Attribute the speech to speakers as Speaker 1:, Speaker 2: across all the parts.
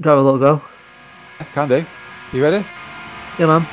Speaker 1: Drive a little go.
Speaker 2: Can do. You ready?
Speaker 1: Yeah, man.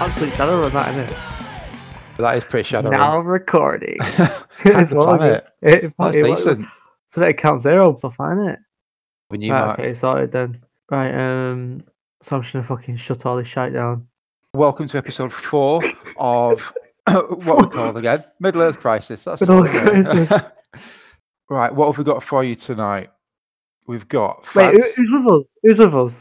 Speaker 1: Absolute shadow of that, isn't it?
Speaker 2: That is pretty shadow.
Speaker 1: Now recording.
Speaker 2: That's
Speaker 1: It's what was
Speaker 2: planet.
Speaker 1: it? It-
Speaker 2: That's
Speaker 1: it was-
Speaker 2: decent.
Speaker 1: It's a bit of count zero for Planet.
Speaker 2: When you
Speaker 1: Right,
Speaker 2: mark.
Speaker 1: okay, sorted then. Right, um, so I'm just gonna fucking shut all this shite down.
Speaker 2: Welcome to episode four of what we called again Middle Earth Crisis. That's
Speaker 1: Middle
Speaker 2: what
Speaker 1: Earth
Speaker 2: we're doing. right. What have we got for you tonight? We've got
Speaker 1: Wait,
Speaker 2: Fats
Speaker 1: who, who's with us? Who's with us?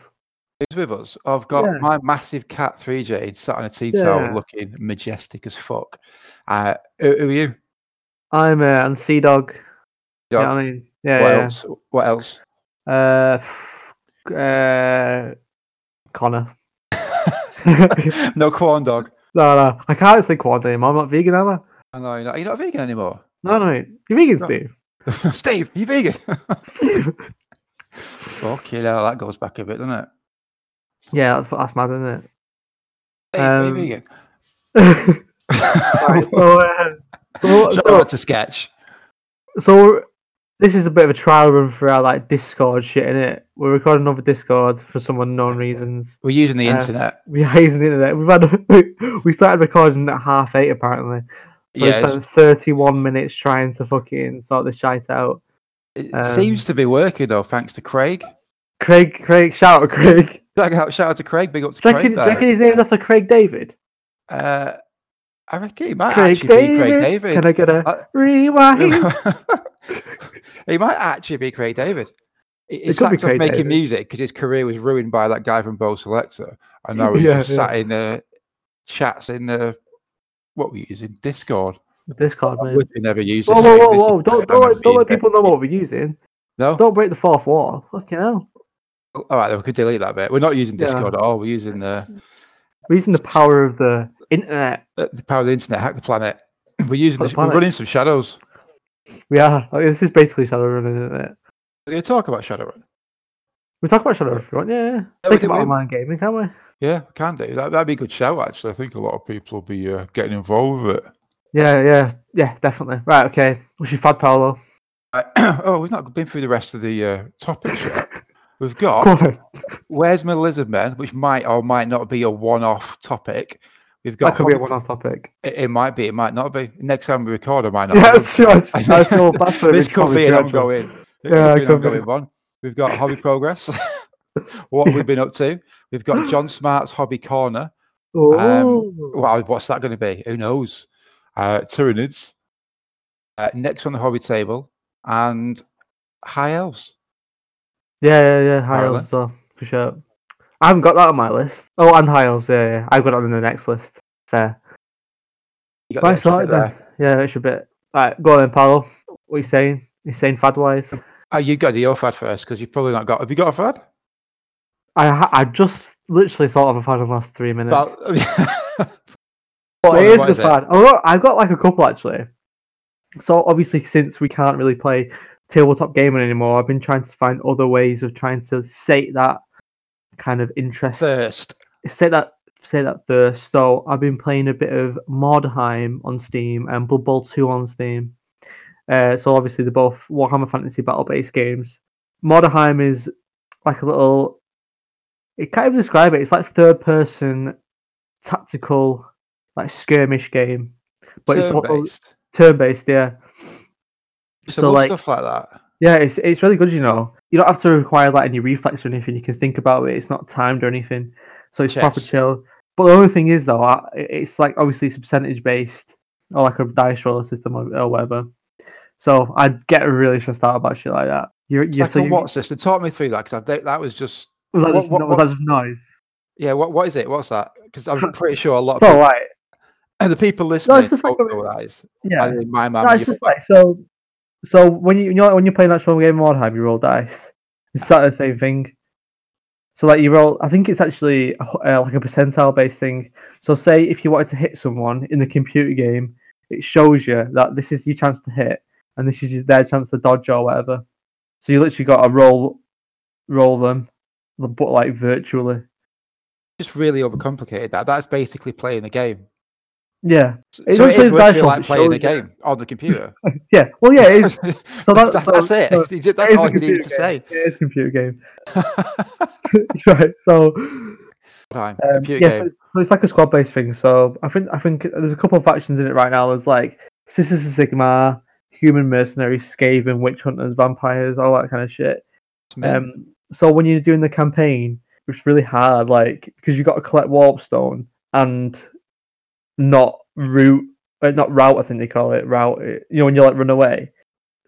Speaker 2: who's with us. I've got
Speaker 1: Yeah.
Speaker 2: my massive cat 3J sat on a tea towel
Speaker 1: Yeah.
Speaker 2: looking majestic as fuck. Uh, who, who are you?
Speaker 1: I'm uh, and Sea Dog. You know
Speaker 2: Dog?
Speaker 1: what I mean? Yeah,
Speaker 2: what
Speaker 1: yeah.
Speaker 2: else? What else?
Speaker 1: Uh, f- uh, Connor.
Speaker 2: no corn dog.
Speaker 1: no, no, I can't say quad anymore. I'm not vegan, am I?
Speaker 2: I know you're not, you're not vegan anymore.
Speaker 1: No, no, mate. You're vegan,
Speaker 2: No.
Speaker 1: Steve.
Speaker 2: Steve, you vegan?
Speaker 1: Steve.
Speaker 2: Fucking hell, that goes back a bit, doesn't it?
Speaker 1: yeah, that's, that's mad, isn't
Speaker 2: Steve, are you
Speaker 1: Um,
Speaker 2: vegan?
Speaker 1: it? Right, so, uh, so,
Speaker 2: Shout
Speaker 1: so,
Speaker 2: out to sketch.
Speaker 1: so this is a bit of a trial run for our like Discord shit, innit? We're recording over Discord for some unknown reasons.
Speaker 2: We're using the
Speaker 1: Uh,
Speaker 2: internet.
Speaker 1: We are using the internet. We've had we started recording at half eight apparently. So
Speaker 2: Yeah,
Speaker 1: we
Speaker 2: it's-
Speaker 1: spent thirty-one minutes trying to fucking sort the shite out.
Speaker 2: it
Speaker 1: um,
Speaker 2: seems to be working though, thanks to Craig.
Speaker 1: Craig, Craig, shout out Craig.
Speaker 2: Shout out, shout out to Craig. Big up to
Speaker 1: Do you reckon,
Speaker 2: Craig.
Speaker 1: do you
Speaker 2: there.
Speaker 1: reckon his name's after Craig David?
Speaker 2: Uh, I reckon he might
Speaker 1: Craig
Speaker 2: actually be Craig David.
Speaker 1: Can I get a
Speaker 2: Uh,
Speaker 1: rewind?
Speaker 2: he might actually be Craig David. He-
Speaker 1: It
Speaker 2: He
Speaker 1: could be
Speaker 2: sacked off
Speaker 1: Craig
Speaker 2: making
Speaker 1: David.
Speaker 2: music because his career was ruined by that guy from Bo Selector, and now he's
Speaker 1: Yeah,
Speaker 2: just
Speaker 1: yeah.
Speaker 2: sat in the chats in the what were you using Discord.
Speaker 1: Discord,
Speaker 2: I
Speaker 1: man.
Speaker 2: wish we never used.
Speaker 1: Whoa,
Speaker 2: this
Speaker 1: whoa,
Speaker 2: thing.
Speaker 1: whoa,
Speaker 2: This is
Speaker 1: whoa! Don't,
Speaker 2: bad.
Speaker 1: don't,
Speaker 2: I'm
Speaker 1: let, don't let
Speaker 2: being-
Speaker 1: people know what we're using.
Speaker 2: No,
Speaker 1: Don't break the fourth wall. Fucking hell.
Speaker 2: all right, then we could delete that bit. We're not using
Speaker 1: Yeah.
Speaker 2: Discord at all. We're using the
Speaker 1: We're using the
Speaker 2: S-
Speaker 1: power of the internet.
Speaker 2: the the power of the internet, hack the planet. We're
Speaker 1: Hack
Speaker 2: using.
Speaker 1: the
Speaker 2: This, we're
Speaker 1: planet.
Speaker 2: running some shadows.
Speaker 1: We are. like, this is basically Shadowrun, isn't it?
Speaker 2: We're going to talk about Shadowrun.
Speaker 1: We talk about Shadowrun if you want, yeah.
Speaker 2: we
Speaker 1: Think
Speaker 2: can-
Speaker 1: about
Speaker 2: we-
Speaker 1: online gaming, can't we?
Speaker 2: Yeah, can do. That, that'd be a good show, actually. I think a lot of people will be uh, getting involved with it.
Speaker 1: Yeah, yeah, yeah, definitely. Right, okay. We should fad Paolo.
Speaker 2: Right. oh, we've not been through the rest of the uh, topics yet. We've
Speaker 1: Come
Speaker 2: got
Speaker 1: on, then.
Speaker 2: Where's My Lizard Man, which might or might not be a one off topic. We've
Speaker 1: That
Speaker 2: got
Speaker 1: could be a
Speaker 2: Hobbit-
Speaker 1: one off topic.
Speaker 2: It, it might be, it might not be. Next time we record, it might not
Speaker 1: Yeah,
Speaker 2: be.
Speaker 1: sure.
Speaker 2: I
Speaker 1: That's
Speaker 2: think-
Speaker 1: all that's what
Speaker 2: this
Speaker 1: we
Speaker 2: could be an
Speaker 1: probably should.
Speaker 2: ongoing. it
Speaker 1: Yeah, it
Speaker 2: could be an
Speaker 1: could be.
Speaker 2: ongoing one. We've got hobby progress. what
Speaker 1: Yeah.
Speaker 2: we've been up to. We've got John Smart's hobby corner. um,
Speaker 1: Oh.
Speaker 2: Well, what's that going to be? Who knows? Uh, Tyranids. Uh, next on the hobby table and High Elves.
Speaker 1: Yeah, yeah, yeah. High
Speaker 2: Ireland.
Speaker 1: elves as well, for sure. I haven't got that on my list. Oh, and high elves, yeah, yeah. I've got that on the next list. Fair.
Speaker 2: You got the
Speaker 1: Right,
Speaker 2: extra
Speaker 1: sorted
Speaker 2: bit there.
Speaker 1: then. Yeah, extra bit. Alright, go on then, Paolo. What are you saying? you saying fad wise?
Speaker 2: Oh, you got to your fad first because you've probably not got. Have you got a fad?
Speaker 1: I ha- I just literally thought of a fad in the last three minutes.
Speaker 2: Well,
Speaker 1: But
Speaker 2: What-
Speaker 1: it is
Speaker 2: what
Speaker 1: the
Speaker 2: is it?
Speaker 1: fad. I've got, I've got like a couple actually. So obviously, since we can't really play tabletop gaming anymore, I've been trying to find other ways of trying to sate that kind of interest,
Speaker 2: Thirst.
Speaker 1: sate that sate that thirst. So I've been playing a bit of Mordheim on Steam and Blood Bowl Two on Steam. Uh, so obviously, they're both Warhammer Fantasy battle-based games. Mordheim is like a little. It can't even describe it. It's like third-person tactical, like skirmish game, but it's also
Speaker 2: based.
Speaker 1: turn-based. Yeah,
Speaker 2: So,
Speaker 1: so, like-
Speaker 2: stuff like that.
Speaker 1: yeah. It's it's really good. You know, you don't have to require like any reflex or anything. You can think about it. It's not timed or anything, so it's proper
Speaker 2: Chess.
Speaker 1: chill. But the only thing is though, I- it- it's like obviously it's percentage-based or like a dice roller system or, or whatever. So I'd get really stressed out about shit like that. You're,
Speaker 2: It's
Speaker 1: you're
Speaker 2: like
Speaker 1: so
Speaker 2: a
Speaker 1: you,
Speaker 2: what system? Talk me through that because that was just
Speaker 1: Was that,
Speaker 2: What-
Speaker 1: just,
Speaker 2: what-
Speaker 1: no-
Speaker 2: what-
Speaker 1: was that just noise?
Speaker 2: Yeah, what what is it? What's that? Because I'm pretty sure a lot
Speaker 1: It's all
Speaker 2: of
Speaker 1: right.
Speaker 2: people, the people listening
Speaker 1: uh, just like
Speaker 2: don't
Speaker 1: a-
Speaker 2: know that is.
Speaker 1: Yeah.
Speaker 2: And in my
Speaker 1: No,
Speaker 2: mind,
Speaker 1: it's
Speaker 2: you-
Speaker 1: just like so. So when you, you know when you're playing that strong game of Mordheim, you roll dice. It's exactly the same thing. So like you roll, I think it's actually a h- uh, like a percentile based thing. So say if you wanted to hit someone in the computer game, it shows you that this is your chance to hit and this is their chance to dodge or whatever. So you literally got to roll, roll them, but like virtually.
Speaker 2: just really overcomplicated. That that's basically playing the game.
Speaker 1: Yeah,
Speaker 2: So
Speaker 1: It
Speaker 2: so
Speaker 1: don't
Speaker 2: it
Speaker 1: say
Speaker 2: is
Speaker 1: it's dice
Speaker 2: virtually
Speaker 1: roll,
Speaker 2: like
Speaker 1: it
Speaker 2: playing a
Speaker 1: shows you.
Speaker 2: game on the computer.
Speaker 1: yeah. Well, yeah, it is. So that-
Speaker 2: that's, that's,
Speaker 1: so-
Speaker 2: that's it.
Speaker 1: so
Speaker 2: You ju-
Speaker 1: it
Speaker 2: that's
Speaker 1: is a
Speaker 2: all you need
Speaker 1: computer
Speaker 2: to
Speaker 1: game.
Speaker 2: say.
Speaker 1: It is a computer game, right? So
Speaker 2: Time,
Speaker 1: Um,
Speaker 2: computer
Speaker 1: yeah,
Speaker 2: game.
Speaker 1: So, so it's like a squad based thing. So I think I think there's a couple of factions in it right now. There's like Sisters of Sigma, Human Mercenaries, Skaven, Witch Hunters, Vampires, all that kind of shit.
Speaker 2: It's amazing.
Speaker 1: Um, so when you're doing the campaign, it's really hard, like because you've got to collect warp stone and not route, uh, not route. I think they call it route. it- You know when you like run away.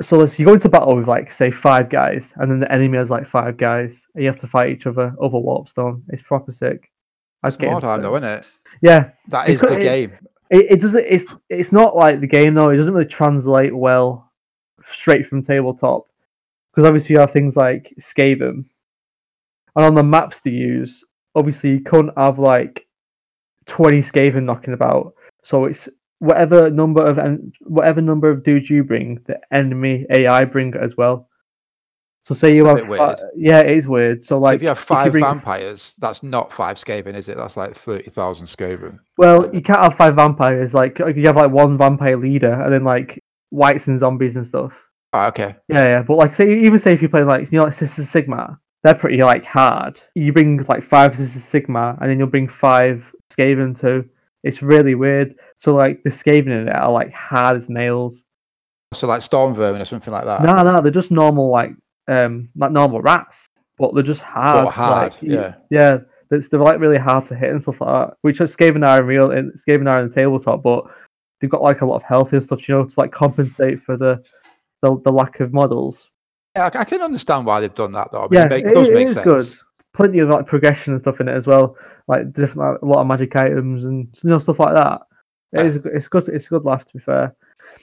Speaker 1: So let's- you go into battle with like say five guys, and then the enemy has like five guys, and you have to fight each other over warp stone. It's proper sick. I'd
Speaker 2: That's
Speaker 1: get
Speaker 2: more
Speaker 1: into
Speaker 2: time
Speaker 1: it.
Speaker 2: though, isn't it?
Speaker 1: Yeah,
Speaker 2: That
Speaker 1: It
Speaker 2: is the
Speaker 1: could- it-
Speaker 2: game.
Speaker 1: it, it doesn't. It's it's not like the game though. It doesn't really translate well straight from tabletop because obviously you have things like Skaven, and on the maps they use, obviously you couldn't have like twenty Skaven knocking about. So it's whatever number of en- whatever number of dudes you bring, the enemy AI bring it as well. So say you
Speaker 2: That's a
Speaker 1: have
Speaker 2: bit
Speaker 1: fi-
Speaker 2: weird.
Speaker 1: yeah, it is weird. So
Speaker 2: So
Speaker 1: like
Speaker 2: if you have five
Speaker 1: bring-
Speaker 2: vampires, that's not five Skaven, is it? That's like thirty thousand Skaven.
Speaker 1: Well, you can't have five vampires. Like you have like one vampire leader, and then like whites and zombies and stuff.
Speaker 2: Oh, okay.
Speaker 1: Yeah, yeah. But like, say even say if you play like you know like Sisters of Sigma, they're pretty like hard. You bring like five Sisters of Sigma, and then you'll bring five Skaven too. It's really weird. So like the Skaven in it are like hard as nails.
Speaker 2: So like storm vermin or something like that.
Speaker 1: No, no, they're just normal like um like normal rats, but they're just hard.
Speaker 2: But hard,
Speaker 1: like, you-
Speaker 2: yeah.
Speaker 1: yeah, it's, they're like really hard to hit and stuff like that. Which is Skaven are in real in Skaven are in the tabletop, but they've got like a lot of health and stuff, you know, to like compensate for the the, the lack of models.
Speaker 2: Yeah, I c- I can understand why they've done that though. I mean,
Speaker 1: Yeah,
Speaker 2: it, make,
Speaker 1: it-
Speaker 2: does
Speaker 1: it
Speaker 2: make
Speaker 1: is
Speaker 2: sense.
Speaker 1: good. Plenty of like progression and stuff in it as well, like different like, a lot of magic items and you know stuff like that. It
Speaker 2: Yeah.
Speaker 1: is it's good it's a good laugh to be fair.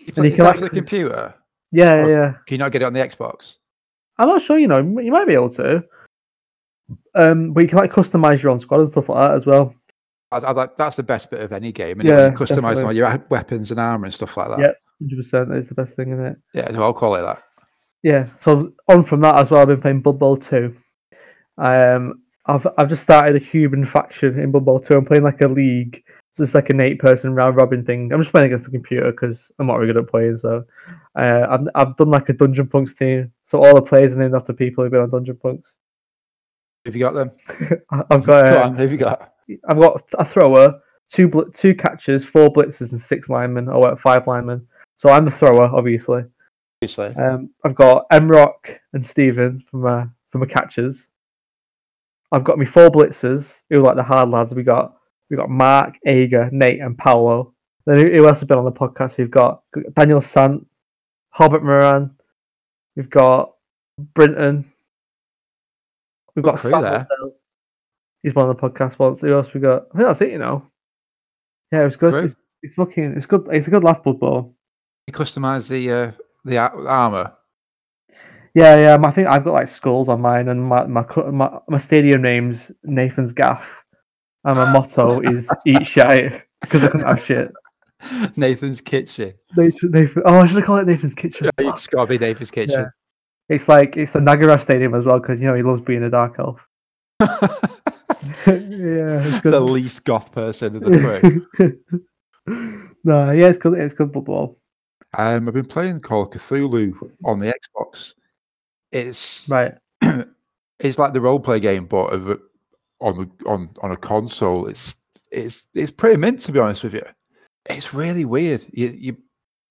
Speaker 2: If
Speaker 1: And you
Speaker 2: it's
Speaker 1: can
Speaker 2: that for the
Speaker 1: actually-
Speaker 2: computer,
Speaker 1: Yeah, yeah,
Speaker 2: Oh.
Speaker 1: yeah.
Speaker 2: can you not get it on the Xbox?
Speaker 1: I'm not sure. You know, you might be able to. Um, but you can like customize your own squad and stuff like that as well.
Speaker 2: I, I, like- that's the best bit of any game. And yeah,
Speaker 1: Yeah,
Speaker 2: you customize all
Speaker 1: definitely.
Speaker 2: your weapons and armor and stuff like that.
Speaker 1: Yep. Hundred percent is the best thing in it.
Speaker 2: Yeah, so I'll call it that.
Speaker 1: Yeah. So on from that as well, I've been playing Blood Bowl two. Um, I've I've just started a human faction in Blood Bowl two. I'm playing like a league, so it's like an eight person round robin thing. I'm just playing against the computer because I'm not really good at playing. So, uh, I've I've done like a Dungeon Punks team. So all the players are named after people who've been on Dungeon Punks.
Speaker 2: Have you got them?
Speaker 1: I- I've got.
Speaker 2: Go
Speaker 1: Uh,
Speaker 2: on, who have you got?
Speaker 1: I've got a thrower, two bl- two catches, four blitzers, and six linemen. Oh, well, five linemen. So I'm the thrower, obviously.
Speaker 2: Obviously.
Speaker 1: Um, I've got Emrock and Steven from my from my catches. I've got me four blitzers who are like the hard lads. We got we got Mark, Ager, Nate, and Paolo. Then who, who else has been on the podcast? We've got Daniel Sant, Hobbit Moran. We've got Brinton. We've
Speaker 2: Good
Speaker 1: got
Speaker 2: crew
Speaker 1: Sam
Speaker 2: there.
Speaker 1: Lundell. He's been on the podcast once. Who else we got? I think that's it. You know. Yeah, it was good.
Speaker 2: Crew.
Speaker 1: It's, it's fucking. It's good. It's a good laugh, Blood Bowl.
Speaker 2: You customize the uh, the ar- armor.
Speaker 1: Yeah, yeah. I think I've got like skulls on mine, and my my co- my, my stadium name's Nathan's Gaff, and my motto is "Eat shit" because I couldn't have shit.
Speaker 2: Nathan's kitchen.
Speaker 1: Nathan, Nathan, oh, I should have called it Nathan's Kitchen.
Speaker 2: Yeah, you
Speaker 1: Fuck.
Speaker 2: just gotta be Nathan's kitchen.
Speaker 1: It's like it's the Nagara Stadium as well because you know he loves being a dark elf. yeah, it's
Speaker 2: the
Speaker 1: good.
Speaker 2: least goth person of the crew.
Speaker 1: no, yeah, it's good. It's good football.
Speaker 2: um, I've been playing Call of Cthulhu on the Xbox. It's
Speaker 1: Right.
Speaker 2: it's like the role play game, but of a- on the on on a console. It's it's it's pretty mint to be honest with you. It's really weird. You, you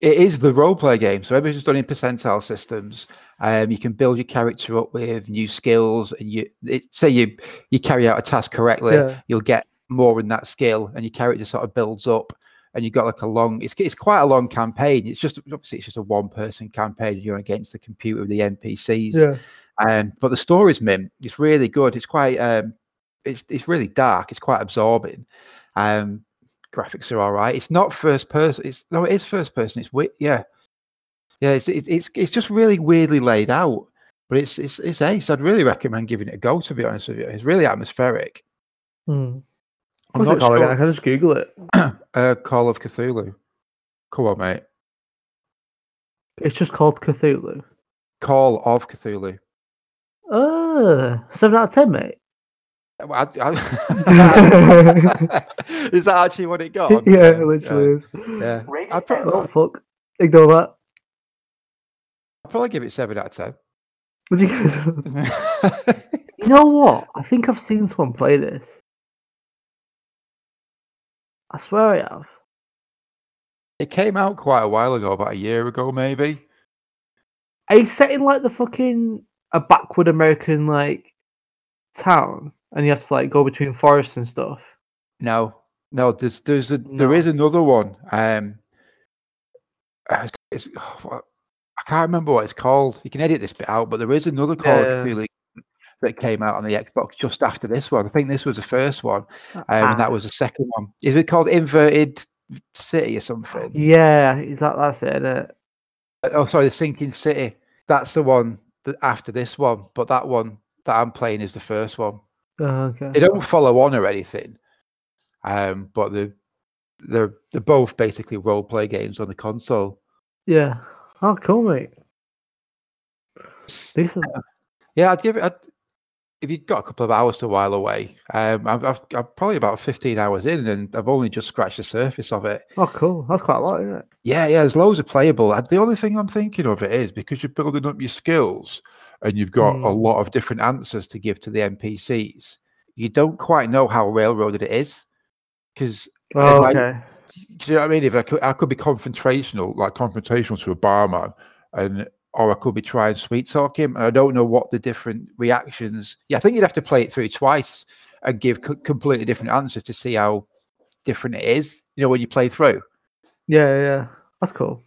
Speaker 2: it is the role play game, so everything's done in percentile systems. Um, you can build your character up with new skills, and you it, say you you carry out a task correctly,
Speaker 1: Yeah.
Speaker 2: you'll get more in that skill, and your character sort of builds up. And you got like a long, it's it's quite a long campaign. It's just obviously it's just a one person campaign. You're against the computer, the NPCs.
Speaker 1: Yeah.
Speaker 2: Um, but the story's mint. It's really good. It's quite um, it's it's really dark. It's quite absorbing. Um, graphics are all right. It's not first person. It's no, it is first person. It's weird. Yeah, yeah. It's it's it's, it's just really weirdly laid out. But it's, it's it's ace. I'd really recommend giving it a go. To be honest with you, it's really atmospheric.
Speaker 1: Hmm.
Speaker 2: I'm
Speaker 1: What's it
Speaker 2: not
Speaker 1: called again?
Speaker 2: sure-
Speaker 1: I can just Google it.
Speaker 2: Uh, Call of Cthulhu. Come on, mate.
Speaker 1: It's just called Cthulhu.
Speaker 2: Call of Cthulhu.
Speaker 1: Uh, seven out of ten, mate.
Speaker 2: Uh, well, I- I- is that actually what it got? on
Speaker 1: yeah,
Speaker 2: there?
Speaker 1: it literally is.
Speaker 2: Oh, Yeah. I
Speaker 1: Oh
Speaker 2: probably,
Speaker 1: fuck! Ignore that.
Speaker 2: I'd probably give it seven out of
Speaker 1: Would you guys?
Speaker 2: ten.
Speaker 1: you know what? I think I've seen someone play this. I swear I have.
Speaker 2: it came out quite a while ago, about a year ago, maybe.
Speaker 1: Are you set in like the fucking a backward American like town, and you have to like go between forests and stuff?
Speaker 2: No, no. There's there's a, there
Speaker 1: No.
Speaker 2: is another one. Um, uh, it's, it's- oh, what- I can't remember what it's called. You can edit this bit out, but there is another Call of
Speaker 1: Yeah.
Speaker 2: Cthulhu that came out on the Xbox just after this one. I think this was the first one,
Speaker 1: Uh,
Speaker 2: um, and
Speaker 1: ah,
Speaker 2: that was the second one. Is it called Inverted City or
Speaker 1: Mm.
Speaker 2: something?
Speaker 1: Yeah, is that that's it? innit?
Speaker 2: Uh, Oh, sorry, the Sinking City. That's the one that after this one, but that one that I'm playing is the first one.
Speaker 1: Oh, okay.
Speaker 2: they don't follow on or anything. Um, but they're they're they're both basically role play games on the console.
Speaker 1: Yeah. Oh, cool, mate. Decent.
Speaker 2: Yeah, I'd give it. I'd, if you've got a couple of hours to while away, um, I've, I've I'm probably about fifteen hours in, and I've only just scratched the surface of it.
Speaker 1: Oh, cool. That's quite a lot, isn't it?
Speaker 2: Yeah, yeah, there's loads of playable. Uh, The only thing I'm thinking of it is because you're building up your skills and you've got a
Speaker 1: Mm.
Speaker 2: lot of different answers to give to the NPCs. You don't quite know how railroaded it is because
Speaker 1: Oh,
Speaker 2: I-
Speaker 1: okay.
Speaker 2: do you know what I mean? If I could, I could be confrontational, like confrontational to a barman, and or I could be trying sweet talk him. And I don't know what the different reactions. Yeah, I think you'd have to play it through twice and give co- completely different answers to see how different it is. You know, when you play through,
Speaker 1: Yeah, yeah. That's cool.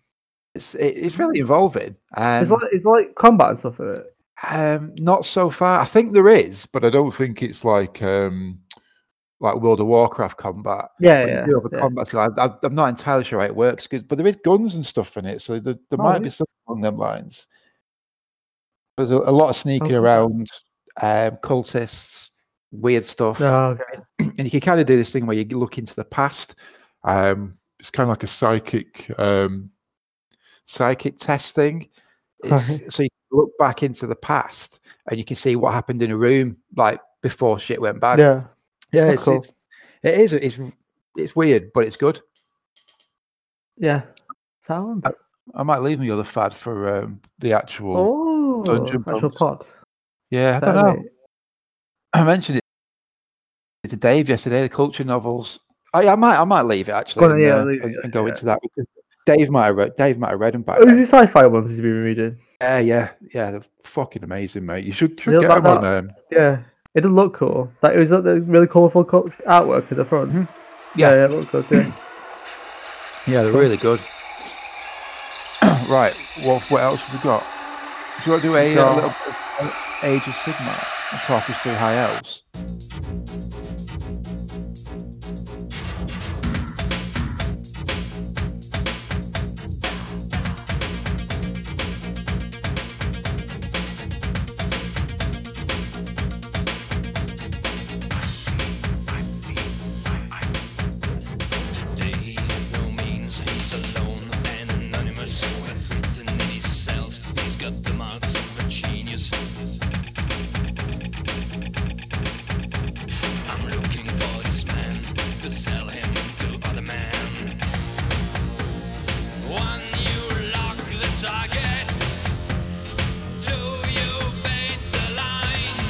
Speaker 2: it's it, it's really involving. Um,
Speaker 1: it's like it's like combat and stuff, is it?
Speaker 2: um, not so far. I think there is, but I don't think it's like um, like World of Warcraft combat.
Speaker 1: Yeah,
Speaker 2: but you
Speaker 1: yeah.
Speaker 2: do have a
Speaker 1: yeah.
Speaker 2: combat skill. I, I, I'm not entirely sure how it works, 'cause- but there is guns and stuff in it, so there, there
Speaker 1: Oh,
Speaker 2: might
Speaker 1: is
Speaker 2: be something along them lines. There's a, a lot of sneaking
Speaker 1: Okay.
Speaker 2: around, um, cultists, weird stuff,
Speaker 1: Oh, okay.
Speaker 2: and you can kind of do this thing where you look into the past. Um, it's kind of like a psychic, um, psychic test thing. It's, so you look back into the past and you can see what happened in a room, like before shit went bad.
Speaker 1: Yeah.
Speaker 2: Yeah,
Speaker 1: That's
Speaker 2: it's,
Speaker 1: cool.
Speaker 2: it's, it is. It's it's weird, but it's good.
Speaker 1: Yeah. Sound.
Speaker 2: I might leave me other fad for um, the actual.
Speaker 1: Oh,
Speaker 2: Dungeon
Speaker 1: actual
Speaker 2: Bones.
Speaker 1: pod.
Speaker 2: Yeah, I don't
Speaker 1: Fair,
Speaker 2: know.
Speaker 1: mate.
Speaker 2: I mentioned it to Dave yesterday. The culture novels. I, I might, I might leave it actually
Speaker 1: Well,
Speaker 2: and,
Speaker 1: yeah,
Speaker 2: uh,
Speaker 1: leave
Speaker 2: and,
Speaker 1: it,
Speaker 2: and go
Speaker 1: yeah.
Speaker 2: into that because Dave might have read, Dave might have read them by
Speaker 1: Oh, is
Speaker 2: then.
Speaker 1: it sci-fi ones you've been reading?
Speaker 2: Yeah, yeah, yeah. They're fucking amazing, mate. You should, should
Speaker 1: Yeah,
Speaker 2: get
Speaker 1: that-
Speaker 2: them on. Um,
Speaker 1: Yeah. It did look cool. That it was like the really colourful co- artwork at the front.
Speaker 2: Mhm.
Speaker 1: Yeah,
Speaker 2: Yeah.
Speaker 1: yeah, it looked good. Yeah.
Speaker 2: yeah, they're really good. right, what what else have we got? Do you want to do a, uh
Speaker 1: Got-
Speaker 2: little bit of Age of Sigma and talk us through High Elves?
Speaker 3: Today he has no means, he's alone and anonymous. Written in his cells, he's got the marks of a genius. I'm looking for this man to sell him to other men. One, you lock the target. Two, you bait the line.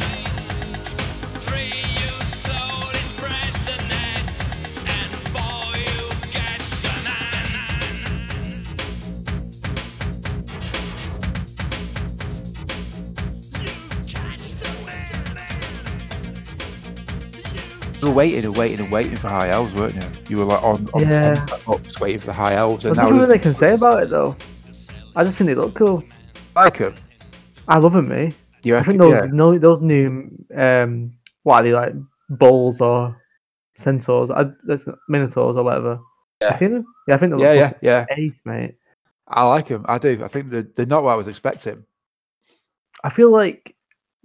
Speaker 3: Three, you slowly spread the net, and four, you catch the man. You catch the man.
Speaker 2: You were waiting and waiting and waiting for High Elves, weren't you? You were like on on
Speaker 1: Yeah.
Speaker 2: yeah. box waiting for the High Elves,
Speaker 1: I
Speaker 2: and now
Speaker 1: don't know what they
Speaker 2: they
Speaker 1: can say about it though. I just think they look cool.
Speaker 2: like them.
Speaker 1: I love them, mate.
Speaker 2: You
Speaker 1: I
Speaker 2: reckon?
Speaker 1: think those
Speaker 2: yeah.
Speaker 1: no, those new um, what are they like? bulls or centaurs, I, that's not- minotaurs or whatever.
Speaker 2: Yeah.
Speaker 1: You seen them? Yeah, I think they
Speaker 2: Yeah,
Speaker 1: look
Speaker 2: yeah, yeah.
Speaker 1: fucking ace, mate.
Speaker 2: I like them. I do. I think they're, they're not what I was expecting.
Speaker 1: I feel like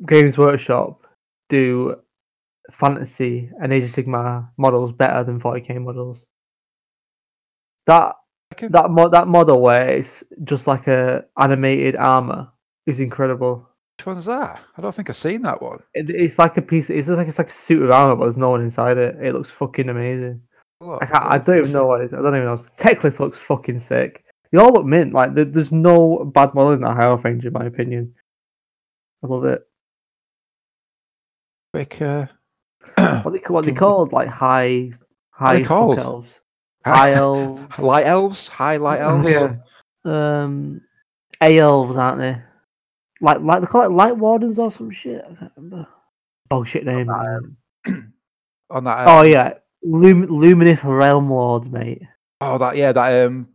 Speaker 1: Games Workshop do fantasy and Age of Sigma models better than 40k models. That
Speaker 2: Okay.
Speaker 1: that mo- that model where it's just like a animated armor is incredible.
Speaker 2: Which one's that? I don't think I've seen that one.
Speaker 1: It, it's like a piece. It's just like it's like a suit of armor, but there's no one inside it. It looks fucking amazing.
Speaker 2: Look,
Speaker 1: I, can't, I don't even know what it is. I don't even know. Techlith looks fucking sick. They all look mint. Like there, there's no bad model in that high elf range, in my opinion. I love it.
Speaker 2: Quick, uh,
Speaker 1: What they what they
Speaker 2: Fucking-
Speaker 1: called like high
Speaker 2: are
Speaker 1: high
Speaker 2: they
Speaker 1: fuck
Speaker 2: called?
Speaker 1: elves. High elves.
Speaker 2: light elves, high light elves.
Speaker 1: yeah. Um, A elves, aren't they? Like like they call it light wardens or some shit. I can't remember. Oh shit name.
Speaker 2: On that, um,
Speaker 1: oh yeah, Lum- Luminous Realm Lords, mate.
Speaker 2: oh that, yeah, that um,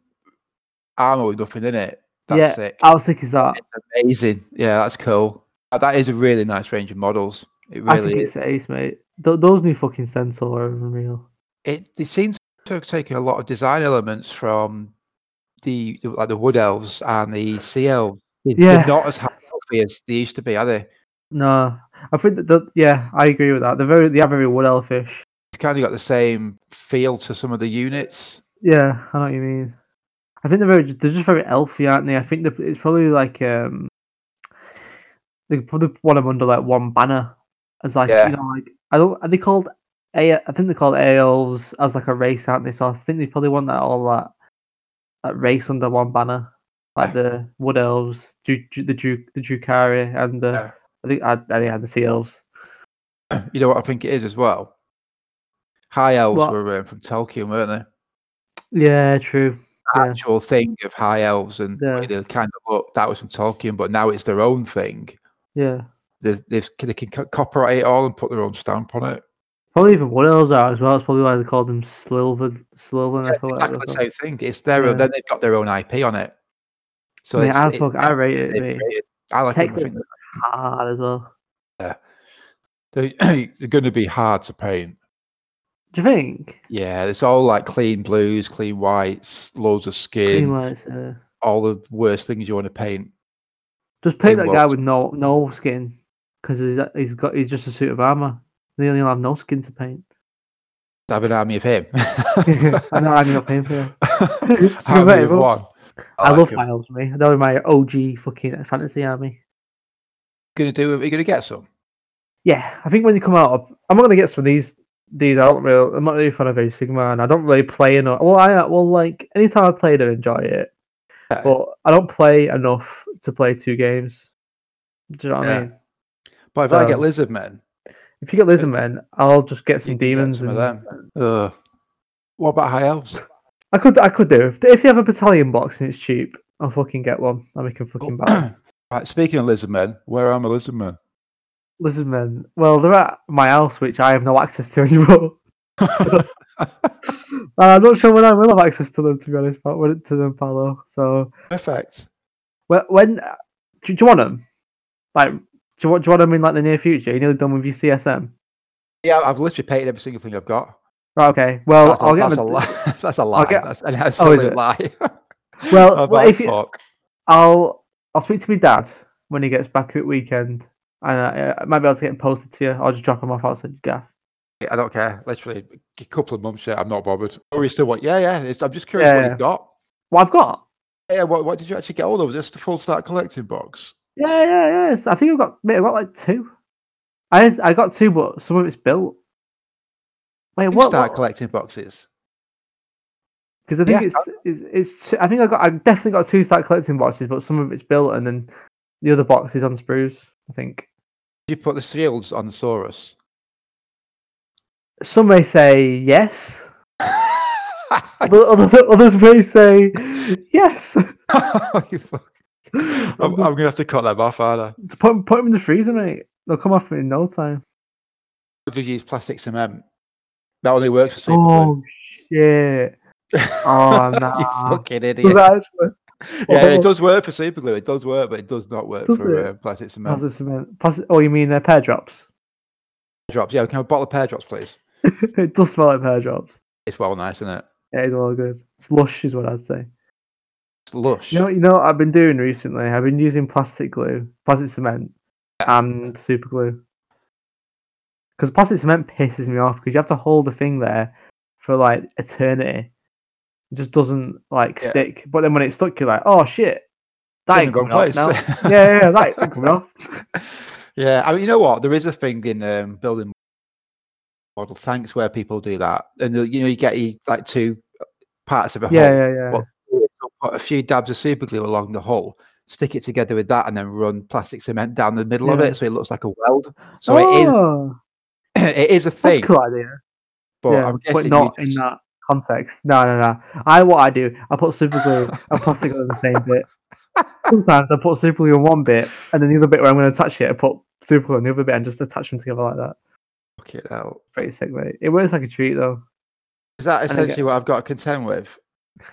Speaker 2: armor with nothing in it. That's
Speaker 1: yeah, Uh,
Speaker 2: sick.
Speaker 1: how sick is that?
Speaker 2: Amazing. Yeah, that's cool. Uh, That is a really nice range of models. It
Speaker 1: I think
Speaker 2: really
Speaker 1: it's
Speaker 2: is.
Speaker 1: ace, mate. Th- those new fucking centaurs are unreal.
Speaker 2: It, it seems to have taken a lot of design elements from the like the wood elves and the sea elves. They- they're
Speaker 1: Yeah.
Speaker 2: not as healthy as they used to be, are they?
Speaker 1: No, I think that, that yeah, I agree with that. They're very they are very wood elfish.
Speaker 2: You've kind of got the same feel to some of the units.
Speaker 1: Yeah, I know what you mean. I think they're very they're just very elfy, aren't they? I think they're- it's probably like um they probably want them under like one banner as like
Speaker 2: Yeah.
Speaker 1: you know like I don't are they called a I think they're called elves as like a race, aren't they? So I think they probably want that all that that race under one banner. Like the wood elves, Ju- Ju- the Duke, the Drukhari, and the
Speaker 2: Yeah.
Speaker 1: I think I, I think I had the sea elves.
Speaker 2: You know what I think it is as well. High elves
Speaker 1: What?
Speaker 2: were um, from Tolkien, weren't they?
Speaker 1: Yeah, true. Yeah.
Speaker 2: actual thing of high elves and the way
Speaker 1: Yeah.
Speaker 2: they kind of look that was from Tolkien, but now it's their own thing.
Speaker 1: Yeah.
Speaker 2: They've, they've, they can co- copyright it all and put their own stamp on it.
Speaker 1: Probably even wood elves are as well. That's probably why they called them Slilvan. Slilvan.
Speaker 2: Yeah,
Speaker 1: or something like
Speaker 2: exactly
Speaker 1: that.
Speaker 2: the same thing. It's their
Speaker 1: Yeah.
Speaker 2: own, then they've got their own IP on it. So
Speaker 1: Mate,
Speaker 2: it's,
Speaker 1: I,
Speaker 2: it-
Speaker 1: fuck, I rate it,
Speaker 2: they've
Speaker 1: mate.
Speaker 2: created- I like them. I think
Speaker 1: Hard as well.
Speaker 2: they're, they're going to be hard to paint.
Speaker 1: Do you think?
Speaker 2: Yeah, it's all like clean blues, clean whites, loads of
Speaker 1: Green
Speaker 2: skin,
Speaker 1: lights, uh,
Speaker 2: all the worst things you want to paint.
Speaker 1: just paint
Speaker 2: Green
Speaker 1: that guy
Speaker 2: walls.
Speaker 1: with no no skin because he's, he's got he's just a suit of armor. Then he'll have no skin to paint.
Speaker 2: Have an army of him.
Speaker 1: I know I'm not paying for him.
Speaker 2: army of
Speaker 1: Well,
Speaker 2: one.
Speaker 1: I,
Speaker 2: like
Speaker 1: love
Speaker 2: 'em.
Speaker 1: my elves, mate. That was my OG fucking fantasy army.
Speaker 2: gonna do? Are you gonna get some?
Speaker 1: Yeah, I think when they come out, I'm not gonna get some of these. These I don't really, I'm not really a fan of Age of Sigma, and I don't really play enough. Well, I well like anytime I played, I enjoy it,
Speaker 2: Yeah.
Speaker 1: but I don't play enough to play two games. Do you know what
Speaker 2: Yeah.
Speaker 1: I mean?
Speaker 2: But if I get
Speaker 1: Um,
Speaker 2: lizard men,
Speaker 1: If you get lizard men, I'll just get some
Speaker 2: you can get
Speaker 1: demons.
Speaker 2: some of
Speaker 1: and-
Speaker 2: them. Ugh. what about high elves?
Speaker 1: I could, I could do. If they have a battalion box and it's cheap, I'll fucking get one. and we can fucking buy it.
Speaker 2: right, speaking of lizard men, where am I lizard men?
Speaker 1: lizard men. Well, they're at my house, which I have no access to anymore. Uh, I'm not sure when I will have access to them, to be honest. But when to them, Palo. So
Speaker 2: Perfect.
Speaker 1: when, when uh, do, do you want them? Like, do you want, do you want them in like the near future? You're nearly done with your CSM.
Speaker 2: Yeah, I've literally painted every single thing I've got.
Speaker 1: Right. Okay. Well,
Speaker 2: that's, a,
Speaker 1: Oh, I'll get
Speaker 2: that's,
Speaker 1: them.
Speaker 2: a
Speaker 1: in-
Speaker 2: lie. that's a lie.
Speaker 1: get- Oh,
Speaker 2: That's an absolute
Speaker 1: it?
Speaker 2: lie.
Speaker 1: Well,
Speaker 2: I was
Speaker 1: well,
Speaker 2: like,
Speaker 1: if you,
Speaker 2: fuck.
Speaker 1: I'll I'll speak to my dad when he gets back at weekend, and uh, I, I might be able to get 'em posted to you. I'll just drop him off outside your gaff.
Speaker 2: I don't care. Literally, a couple of months yet, I'm not bothered. Or you still what? Yeah, yeah. It's, I'm just curious what
Speaker 1: Yeah.
Speaker 2: you've got.
Speaker 1: What I've got?
Speaker 2: Yeah, what, what did you actually get hold of? Just the full start collecting box.
Speaker 1: Yeah, yeah, yeah. it's- I think I've got mate, I've got like two. I just- I got two, but some of it's built. Wait,
Speaker 2: Full
Speaker 1: what?
Speaker 2: start
Speaker 1: Because
Speaker 2: collecting boxes.
Speaker 1: I think
Speaker 2: yeah.
Speaker 1: it's, it's it's two, I think I got I definitely got two start collecting boxes, but some of it's built, and then the other box is on sprues. I think
Speaker 2: Did you put the shields on the Saurus?
Speaker 1: some may say yes,
Speaker 2: you
Speaker 1: but others, others may say yes.
Speaker 2: fuck. I'm, I'm gonna have to cut them off, aren't
Speaker 1: Put 'em- put them in the freezer, mate. They'll come off in no time.
Speaker 2: I? Just use plastic cement. That only works for super
Speaker 1: Oh shit!
Speaker 2: glue.
Speaker 1: Oh
Speaker 2: you
Speaker 1: nah.
Speaker 2: fucking
Speaker 1: Does
Speaker 2: idiot.
Speaker 1: that actually-
Speaker 2: yeah, it
Speaker 1: Oh.
Speaker 2: does work for super glue. It does work, but it does not work
Speaker 1: Does
Speaker 2: for
Speaker 1: it?
Speaker 2: uh, plastic
Speaker 1: How's
Speaker 2: cement.
Speaker 1: it cement? Plus- Oh, you mean uh, pear drops?
Speaker 2: drops. Yeah, can I have a bottle of pear drops, please?
Speaker 1: it does smell like pear drops.
Speaker 2: It's well nice, isn't it?
Speaker 1: Yeah, it's all good. It's lush is what I'd say.
Speaker 2: It's lush.
Speaker 1: You know, you know what I've been doing recently? I've been using plastic glue, plastic cement, and super glue. Because plastic cement pisses me off because you have to hold the thing there for like eternity. It just doesn't like
Speaker 2: Yeah.
Speaker 1: stick. But then when it's stuck, you're like, oh shit.
Speaker 2: It's
Speaker 1: That
Speaker 2: in
Speaker 1: ain't
Speaker 2: the wrong
Speaker 1: coming off now.
Speaker 2: place.
Speaker 1: yeah, yeah, yeah, that ain't coming off.
Speaker 2: yeah, I mean, you know what? There is a thing in um, building model tanks where people do that, and the, you know, you get you, like two parts of a
Speaker 1: Yeah,
Speaker 2: hull.
Speaker 1: yeah, yeah.
Speaker 2: Well, So put a few dabs of super glue along the hull, stick it together with that, and then run plastic cement down the middle of
Speaker 1: Yeah.
Speaker 2: it, so it looks like a weld. So it
Speaker 1: Oh,
Speaker 2: is, it is a
Speaker 1: That's
Speaker 2: thing.
Speaker 1: a cool idea.
Speaker 2: But
Speaker 1: yeah,
Speaker 2: I'm
Speaker 1: but
Speaker 2: guessing
Speaker 1: not
Speaker 2: you
Speaker 1: in
Speaker 2: just-
Speaker 1: that context. No, no, no. I what I do, I put super glue and plastic glue in the same bit. Sometimes I put super glue in one bit, and then the other bit where I'm going to attach it, I put super glue in the other bit, and just attach them together like that.
Speaker 2: Fucking hell.
Speaker 1: Pretty sick, mate. It works like a treat, though.
Speaker 2: Is that
Speaker 1: And I get-
Speaker 2: essentially what I've got to contend with?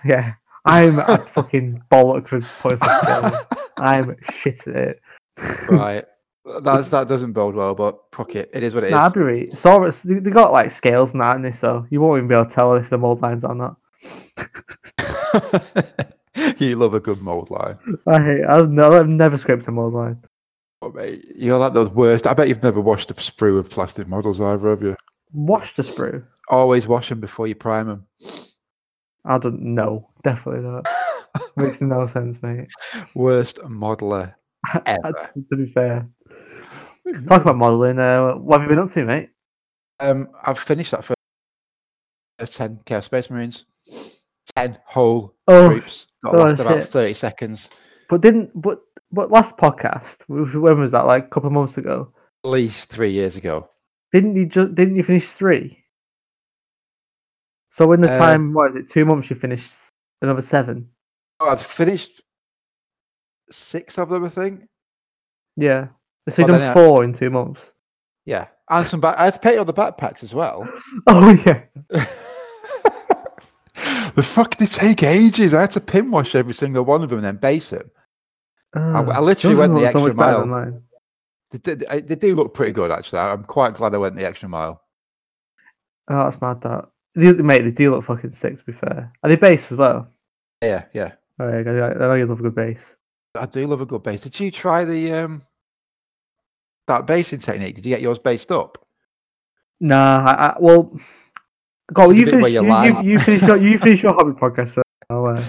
Speaker 1: Yeah, I'm a fucking bollock for putting stuff together. I'm shit at it.
Speaker 2: right. That's that doesn't bode well, but fuck it. It is what it is.
Speaker 1: Nah, I'd be re- Saurus, they they got like scales and that in this, so you won't even be able to tell if the mold lines on that.
Speaker 2: you love a good mold line.
Speaker 1: I hate. I've, no, I've never scraped a mold line.
Speaker 2: Oh, mate, you're like the worst. I bet you've never washed a sprue of plastic models either, have you?
Speaker 1: Washed a sprue.
Speaker 2: Always wash them before you prime them.
Speaker 1: I don't know. Definitely not. Makes no sense, mate.
Speaker 2: Worst modeler ever.
Speaker 1: That's, to be fair. Talk about modelling. Uh, what have you been up to, mate?
Speaker 2: Um, I've finished that first, first 10 Chaos Space Marines. 10 whole
Speaker 1: Oh,
Speaker 2: troops. That
Speaker 1: oh,
Speaker 2: last about
Speaker 1: shit.
Speaker 2: 30 seconds.
Speaker 1: But didn't but but last podcast? wh- When was that? Like a couple of months ago.
Speaker 2: At least three years ago.
Speaker 1: Didn't you just didn't you finish three? So in the
Speaker 2: Uh,
Speaker 1: time what is it? Two months you finished another seven.
Speaker 2: Oh, I'd finished six of them, I think.
Speaker 1: Yeah. So you
Speaker 2: Well,
Speaker 1: have
Speaker 2: then,
Speaker 1: done
Speaker 2: uh,
Speaker 1: four in two months.
Speaker 2: Yeah, and some. Back- I had to pay all the backpacks as well.
Speaker 1: Oh yeah.
Speaker 2: the fuck, they take ages. I had to pin wash every single one of them and then base them. I,
Speaker 1: Ugh,
Speaker 2: I literally
Speaker 1: yours
Speaker 2: went the
Speaker 1: look Ah, so
Speaker 2: extra
Speaker 1: much better than
Speaker 2: mile.
Speaker 1: mine.
Speaker 2: They, did- I- they do look pretty good, actually. I'm quite glad I went the extra mile.
Speaker 1: Oh, that's mad. That the mate, they do look fucking sick. To be fair, are they bass as well?
Speaker 2: Yeah, yeah.
Speaker 1: Oh yeah, I I know you love a good bass.
Speaker 2: I do love a good base. Did you try the um that basing technique? Did you get yours based up?
Speaker 1: Nah, I, I well, God,
Speaker 2: Just a
Speaker 1: you
Speaker 2: bit where
Speaker 1: finish, you,
Speaker 2: you
Speaker 1: you,
Speaker 2: lie.
Speaker 1: you finish your you finish your hobby podcast. first. Oh, uh,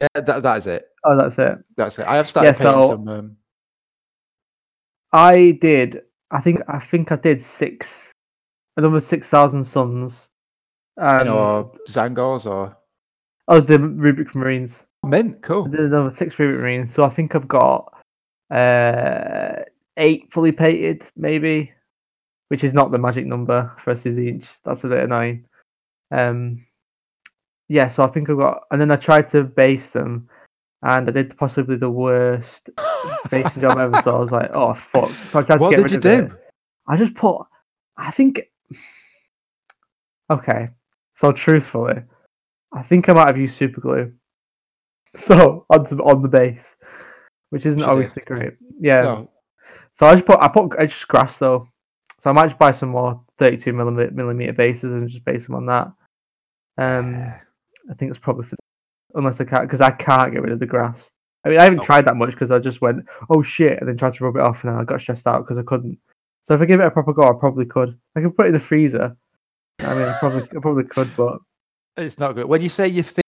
Speaker 2: Yeah, that, that is it.
Speaker 1: oh, that's it.
Speaker 2: That's it. I have started
Speaker 1: Yeah,
Speaker 2: painting
Speaker 1: so-
Speaker 2: some. Um,
Speaker 1: I did. I think I think I did six, another six thousand suns.
Speaker 2: you
Speaker 1: Um,
Speaker 2: know, or Zangors or
Speaker 1: oh, the Rubik Marines.
Speaker 2: mint. Cool.
Speaker 1: I did another six Rubik Marines. So I think I've got uh eight fully painted, maybe, which is not the magic number for a scissor inch. That's a bit annoying. Um, yeah. So I think I've got, and then I tried to base them, and I did possibly the worst basing job ever. So I was like, oh fuck. So I tried
Speaker 2: What
Speaker 1: to get
Speaker 2: did
Speaker 1: rid
Speaker 2: you
Speaker 1: of
Speaker 2: do?
Speaker 1: it. I just put. I think. Okay, so truthfully, I think I might have used super glue. So on the, on the base, which isn't
Speaker 2: Should do.
Speaker 1: obviously great. Yeah.
Speaker 2: No,
Speaker 1: So I just put I put I just grass though. So I might just buy some more 32 millimeter, millimeter bases and just base them on that. Um,
Speaker 2: Yeah.
Speaker 1: I think it's probably for unless I can't because I can't get rid of the grass. I mean, I haven't
Speaker 2: Oh.
Speaker 1: tried that much because I just went oh shit and then tried to rub it off and I got stressed out because I couldn't. So if I give it a proper go, I probably could. I could put it in the freezer. I mean, I probably I probably could, but
Speaker 2: It's not good. When you say you thi-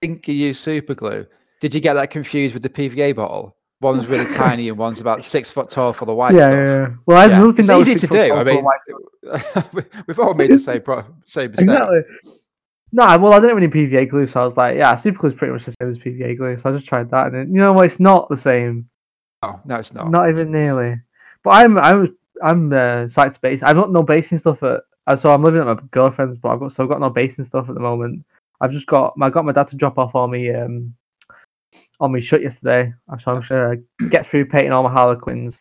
Speaker 2: think you use super glue, did you get that confused with the PVA bottle? One's really tiny and one's about six foot tall for the white
Speaker 1: yeah, yeah,
Speaker 2: stuff.
Speaker 1: yeah. Well, I
Speaker 2: Yeah,
Speaker 1: have nothing
Speaker 2: it's
Speaker 1: that was
Speaker 2: easy
Speaker 1: six
Speaker 2: to
Speaker 1: foot
Speaker 2: do,
Speaker 1: tall
Speaker 2: I
Speaker 1: for a
Speaker 2: mean,
Speaker 1: white-
Speaker 2: We've all made the same pro- same mistake.
Speaker 1: Exactly. No, well, I didn't have any PVA glue, so I was like, yeah, super glue is pretty much the same as PVA glue, so I just tried that, and it, you know what? It's not the same,
Speaker 2: No, no, it's not.
Speaker 1: not even nearly. But I'm, I'm, I'm uh, site to base. I've got no basing stuff at, uh, so I'm living at my girlfriend's, but I've got, so I've got no basing stuff at the moment. I've just got, I got my dad to drop off on me, um, on me shut yesterday. So I'm sure I get through painting all my Harlequins,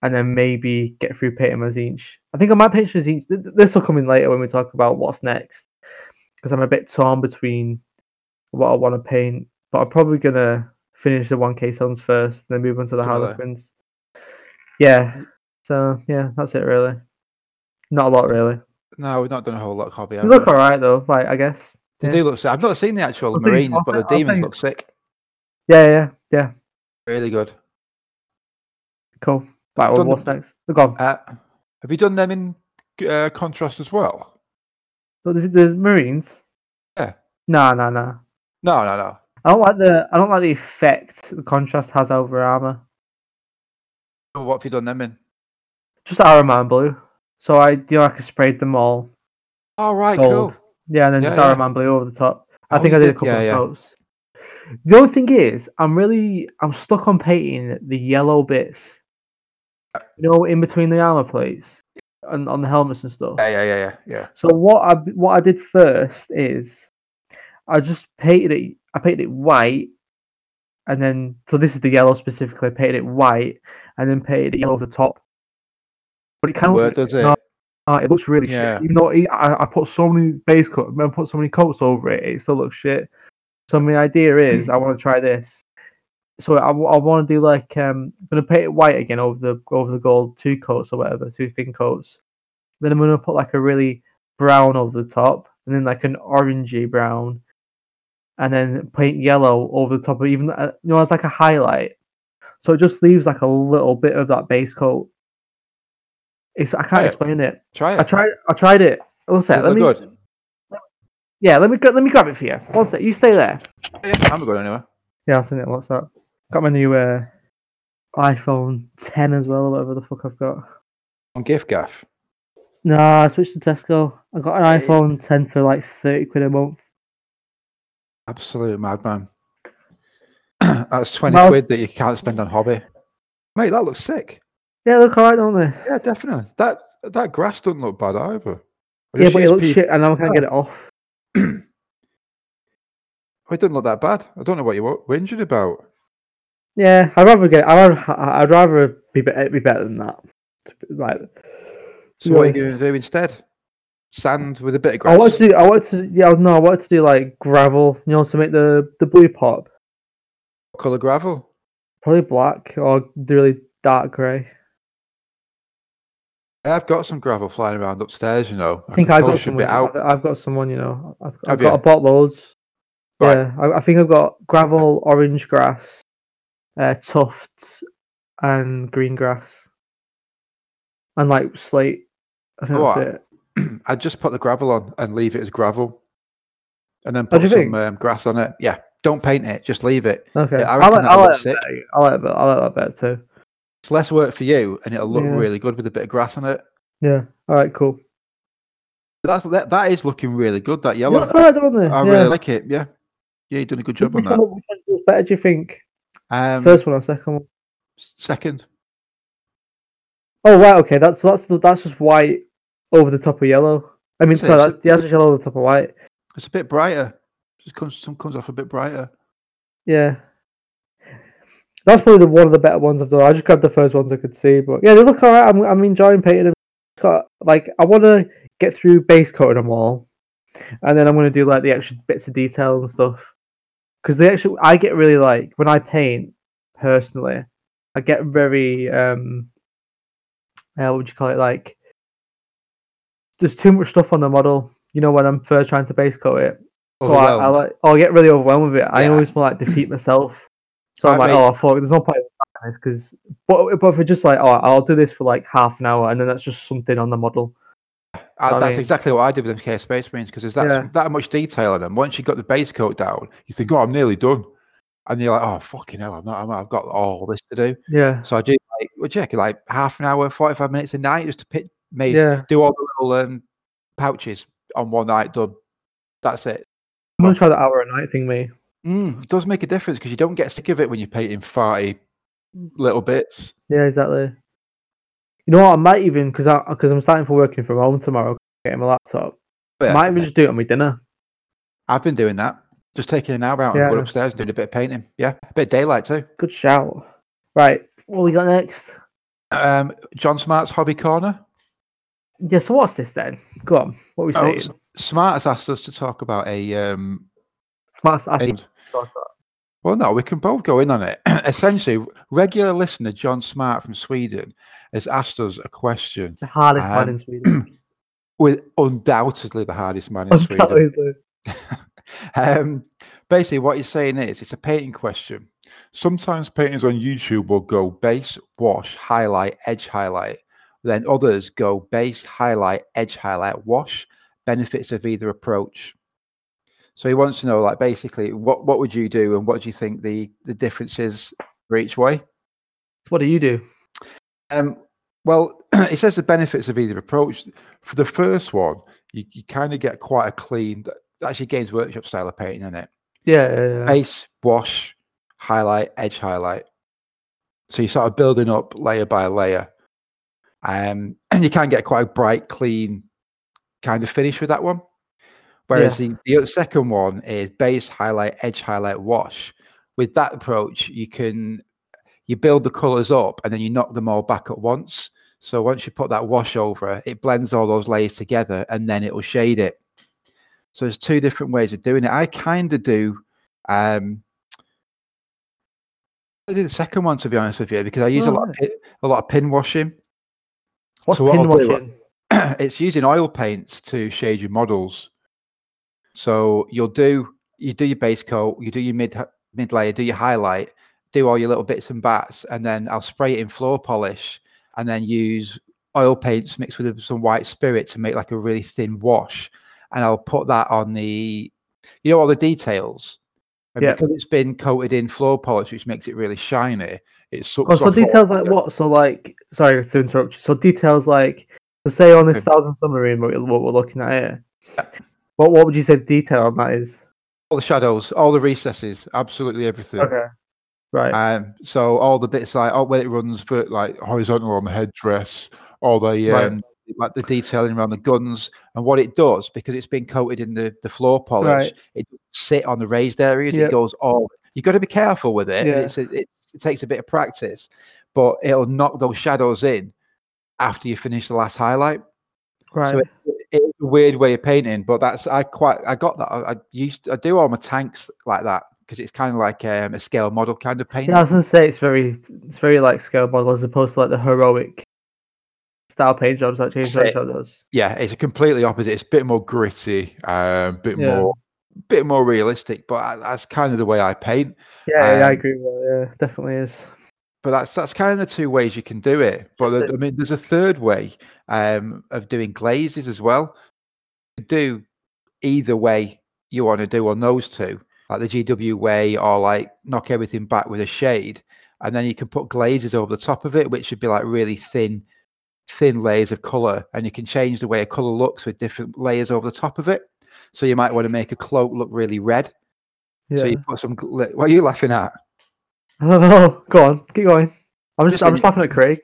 Speaker 1: and then maybe get through painting my Zinch. I think I might paint some Zinch. th- th- This will come in later when we talk about what's next, because I'm a bit torn between what I want to paint. But I'm probably gonna finish the 1K Suns first, then move on to the
Speaker 2: Similar.
Speaker 1: Harlequins. Yeah. So yeah, that's it really. Not a lot really.
Speaker 2: No, we've not done a whole lot of hobby.
Speaker 1: They look alright though. Like I guess.
Speaker 2: They
Speaker 1: yeah.
Speaker 2: do look sick. I've not seen the actual
Speaker 1: I think-
Speaker 2: Marines,
Speaker 1: I
Speaker 2: but the
Speaker 1: think- I
Speaker 2: demons
Speaker 1: think-
Speaker 2: look sick.
Speaker 1: Yeah, yeah, yeah.
Speaker 2: Really good.
Speaker 1: Cool. Right, well,
Speaker 2: Done-
Speaker 1: what's next? Look on.
Speaker 2: Uh, have you done them in uh, contrast as well?
Speaker 1: Look, there's, there's Marines.
Speaker 2: Yeah.
Speaker 1: No, no, no.
Speaker 2: No, no, no.
Speaker 1: I don't like the I don't like the effect the contrast has over armor.
Speaker 2: Well, What have you done them in?
Speaker 1: Just Araman blue. So I you know like I sprayed them all
Speaker 2: All Oh, right,
Speaker 1: gold.
Speaker 2: cool.
Speaker 1: Yeah, and then
Speaker 2: Yeah,
Speaker 1: just
Speaker 2: yeah.
Speaker 1: Araman blue over the top. I
Speaker 2: Oh,
Speaker 1: think
Speaker 2: you
Speaker 1: I did a
Speaker 2: did-
Speaker 1: couple
Speaker 2: yeah,
Speaker 1: of
Speaker 2: yeah.
Speaker 1: coats. The only thing is, I'm really I'm stuck on painting the yellow bits. You know, in between the armor plates and on the helmets and stuff.
Speaker 2: Yeah, yeah, yeah, yeah, yeah.
Speaker 1: So what I what I did first is I just painted it. I painted it white, and then so this is the yellow specifically. I painted it white, and then painted it yellow over the top. But it kind of
Speaker 2: Where
Speaker 1: looks,
Speaker 2: does it?
Speaker 1: No, uh, it looks really
Speaker 2: Yeah.
Speaker 1: shit. Even though it- I, I put so many base coat, I put so many coats over it, it still looks shit. So my idea is I want to try this. So I, want to do like um, I'm gonna paint it white again over the over the gold two coats or whatever, two thin coats. Then I'm gonna put like a really brown over the top, and then like an orangey brown, and then paint yellow over the top of even uh, you know as like a highlight. So it just leaves like a little bit of that base coat. It's I can't
Speaker 2: Yeah.
Speaker 1: explain it.
Speaker 2: Try it.
Speaker 1: I tried. I tried it. One sec.
Speaker 2: Does it
Speaker 1: Let me.
Speaker 2: look good?
Speaker 1: Yeah, let me gra- let me grab it for you. One sec. You stay there.
Speaker 2: Yeah, I'm not going anywhere.
Speaker 1: Yeah, I'll send it. What's that? Got my new uh, iPhone 10 as well, or whatever the fuck I've got.
Speaker 2: On gift gaff.
Speaker 1: Nah, I switched to Tesco. I got an
Speaker 2: Hey.
Speaker 1: iPhone 10 for like 30 quid a month.
Speaker 2: Absolute madman. That's 20
Speaker 1: Well-
Speaker 2: quid that you can't spend on hobby. Mate, that looks sick.
Speaker 1: Yeah, look alright, don't they?
Speaker 2: Yeah, definitely. That that grass doesn't look bad either. I
Speaker 1: Yeah,
Speaker 2: just
Speaker 1: but it
Speaker 2: used
Speaker 1: looks
Speaker 2: P-
Speaker 1: shit, and I can't get it off.
Speaker 2: It doesn't look that bad. I don't know what you were whinging about.
Speaker 1: Yeah, I'd rather get. I'd rather, I'd rather be, be- be better than that. Like,
Speaker 2: So what are you
Speaker 1: Yeah.
Speaker 2: going to do instead? Sand with a bit of grass.
Speaker 1: I wanted to. Do, I wanted to. Yeah, no, I wanted to do like gravel. You know, to make the the blue pop.
Speaker 2: Colour gravel.
Speaker 1: Probably black or really dark grey.
Speaker 2: Yeah, I've got some gravel flying around upstairs, you know.
Speaker 1: I think
Speaker 2: could
Speaker 1: I've
Speaker 2: probably
Speaker 1: got
Speaker 2: ship
Speaker 1: someone.
Speaker 2: it out.
Speaker 1: I've, I've got someone. You know, I've, I've
Speaker 2: Have
Speaker 1: got.
Speaker 2: you?
Speaker 1: I bought loads.
Speaker 2: Right.
Speaker 1: Yeah, I, I think I've got gravel, orange grass, uh, tufts, and green grass, and like slate. I think
Speaker 2: Oh,
Speaker 1: that's
Speaker 2: I-
Speaker 1: it.
Speaker 2: I'd just put the gravel on and leave it as gravel. And then
Speaker 1: What do
Speaker 2: put
Speaker 1: you
Speaker 2: some
Speaker 1: think?
Speaker 2: um, grass on it. Yeah. Don't paint it, just leave it.
Speaker 1: Okay,
Speaker 2: Yeah, I
Speaker 1: I
Speaker 2: reckon
Speaker 1: like.
Speaker 2: that
Speaker 1: I
Speaker 2: looks
Speaker 1: like
Speaker 2: sick.
Speaker 1: that better. I like that. I like that better too.
Speaker 2: It's less work for you and it'll look
Speaker 1: Yeah.
Speaker 2: really good with a bit of grass on it.
Speaker 1: Yeah. All right. Cool.
Speaker 2: That's that, that is looking really good, that
Speaker 1: You
Speaker 2: yellow.
Speaker 1: look alright, don't they?
Speaker 2: I
Speaker 1: yeah.
Speaker 2: really like it, yeah. Yeah, you've done a good job on
Speaker 1: Which
Speaker 2: that.
Speaker 1: one, which one looks better? Do you think
Speaker 2: Um,
Speaker 1: first one or second one?
Speaker 2: second.
Speaker 1: Oh right, okay. That's that's that's just white over the top of yellow. I mean,
Speaker 2: Say
Speaker 1: sorry,
Speaker 2: it's a-
Speaker 1: that's, yeah, that's just yellow over the top of white.
Speaker 2: It's a bit brighter. Just comes some comes off a bit brighter.
Speaker 1: Yeah, that's probably the, one of the better ones I've done. I just grabbed the first ones I could see, but yeah, they look alright. I'm I'm enjoying painting them. It's Got like I want to get through base coating them all, and then I'm gonna do like the extra bits of detail and stuff. Because the actually, I get really like when I paint personally, I get very um, uh, what would you call it? Like there's too much stuff on the model. You know, when I'm first trying to base coat it, so Oh, I, I
Speaker 2: Overwhelmed.
Speaker 1: like, I'll get really overwhelmed with it. I
Speaker 2: Yeah.
Speaker 1: always want like defeat myself. So I'm
Speaker 2: Right,
Speaker 1: like,
Speaker 2: mate.
Speaker 1: oh fuck, there's no point in this because, but but if we're just like, oh, I'll do this for like half an hour and then that's just something on the model.
Speaker 2: Uh,
Speaker 1: I
Speaker 2: that's
Speaker 1: mean-
Speaker 2: exactly what I did with MK Space Marines because there's that,
Speaker 1: Yeah.
Speaker 2: that much detail in them. Once you've got the base coat down, you think, oh, I'm nearly done. And you're like, oh, fucking hell, I'm not, I'm, I've got all this to do.
Speaker 1: Yeah,
Speaker 2: So I do like, well, check like half an hour, 45 minutes a night just to pit, made,
Speaker 1: yeah.
Speaker 2: do all the little um, pouches on one night done. That's it.
Speaker 1: I'm
Speaker 2: well-
Speaker 1: gonna try the hour a night thing, me.
Speaker 2: Mm, it does make a difference because you don't get sick of it when you're painting 40 little bits.
Speaker 1: Yeah, exactly. You know what? I might even because I because I'm starting for working from home tomorrow. Getting my laptop.
Speaker 2: But yeah,
Speaker 1: Might even just do it on my dinner.
Speaker 2: I've been doing that. Just taking an hour out and
Speaker 1: Yeah.
Speaker 2: going upstairs and doing a bit of painting. Yeah, a bit of daylight too.
Speaker 1: Good shout. Right, what we got next?
Speaker 2: Um, John Smart's Hobby Corner.
Speaker 1: Yeah. So what's this then? Go on. What we
Speaker 2: Oh,
Speaker 1: saying?
Speaker 2: S- Smart has asked us to talk about a. Um,
Speaker 1: Smart. I
Speaker 2: a
Speaker 1: think-
Speaker 2: well, no, we can both go in on it. Essentially, regular listener John Smart from Sweden has asked us a question.
Speaker 1: the hardest
Speaker 2: Um,
Speaker 1: one in Sweden.
Speaker 2: with undoubtedly the hardest man in Sweden.
Speaker 1: Undoubtedly.
Speaker 2: Um, basically, what you're saying is it's a painting question. Sometimes paintings on YouTube will go base, wash, highlight, edge, highlight. Then others go base, highlight, edge, highlight, wash. Benefits of either approach. So he wants to know, like, basically, what what would you do, and what do you think the the difference is for each way?
Speaker 1: So what do you do?
Speaker 2: Um, well, it says the benefits of either approach. For the first one, you, you kind of get quite a clean, actually Games Workshop style of painting, isn't it?
Speaker 1: Yeah, yeah, yeah.
Speaker 2: Base, wash, highlight, edge highlight. So you're sort of building up layer by layer. Um, and you can get quite a bright, clean kind of finish with that one. Whereas the, the second one is base, highlight, edge highlight, wash. With that approach, you can you build the colours up and then you knock them all back at once. So once you put that wash over, it blends all those layers together and then it will shade it. So there's two different ways of doing it. I kind of do um I do the second one to be honest with you because I use a lot of,
Speaker 1: Alright.
Speaker 2: pi- a lot of pin washing.
Speaker 1: What's
Speaker 2: so what I'll do-
Speaker 1: pinwashing?
Speaker 2: it's using oil paints to shade your models. So you'll do you do your base coat, you do your mid mid layer, do your highlight, do all your little bits and bats, and then I'll spray it in floor polish, and then use oil paints mixed with some white spirit to make like a really thin wash, and I'll put that on the you know all the details. And
Speaker 1: Yeah.
Speaker 2: because it's been coated in floor polish, which makes it really shiny, it sucks
Speaker 1: Oh, so
Speaker 2: off all-
Speaker 1: details like what? So like, sorry to interrupt you. So details like, so say on this
Speaker 2: Okay.
Speaker 1: thousand submarine, what, we're- what we're looking at here. What what would you say the detail on that is?
Speaker 2: all the shadows, all the recesses, absolutely everything.
Speaker 1: Okay, right.
Speaker 2: Um, so all the bits like oh, when it runs for like horizontal on the headdress, all the
Speaker 1: Right.
Speaker 2: um, like the detailing around the guns and what it does because it's been coated in the, the floor polish.
Speaker 1: Right.
Speaker 2: It doesn't sit on the raised areas.
Speaker 1: Yep.
Speaker 2: It goes all. You got to be careful with it.
Speaker 1: Yeah.
Speaker 2: And it's a, it, it takes a bit of practice, but it'll knock those shadows in after you finish the last highlight.
Speaker 1: right.
Speaker 2: So it, it's a weird way of painting, but that's I quite I got that. I, I used I do all my tanks like that because it's kind of like um, a scale model kind of painting.
Speaker 1: yeah, I was gonna say it's very it's very like scale model as opposed to like the heroic style paint jobs that James
Speaker 2: That's it.
Speaker 1: Workshop does.
Speaker 2: yeah, it's a completely opposite. It's a bit more gritty, a bit
Speaker 1: Yeah.
Speaker 2: more, bit more realistic. But I- that's kind of the way I paint.
Speaker 1: Yeah, yeah, I
Speaker 2: Um,
Speaker 1: agree with that. Yeah, definitely is.
Speaker 2: But that's that's kind of the two ways you can do it. But
Speaker 1: That's
Speaker 2: the- I mean, there's a third way um, of doing glazes as well. You do either way you want to do on those two, like the GW way, or like knock everything back with a shade, and then you can put glazes over the top of it, which should be like really thin, thin layers of color, and you can change the way a color looks with different layers over the top of it. So you might want to make a cloak look really red.
Speaker 1: Yeah.
Speaker 2: So you put some. gla- What are you laughing at?
Speaker 1: I don't know. Go on, keep going. I'm just
Speaker 2: Just
Speaker 1: I'm
Speaker 2: when
Speaker 1: just
Speaker 2: you-
Speaker 1: laughing at Craig.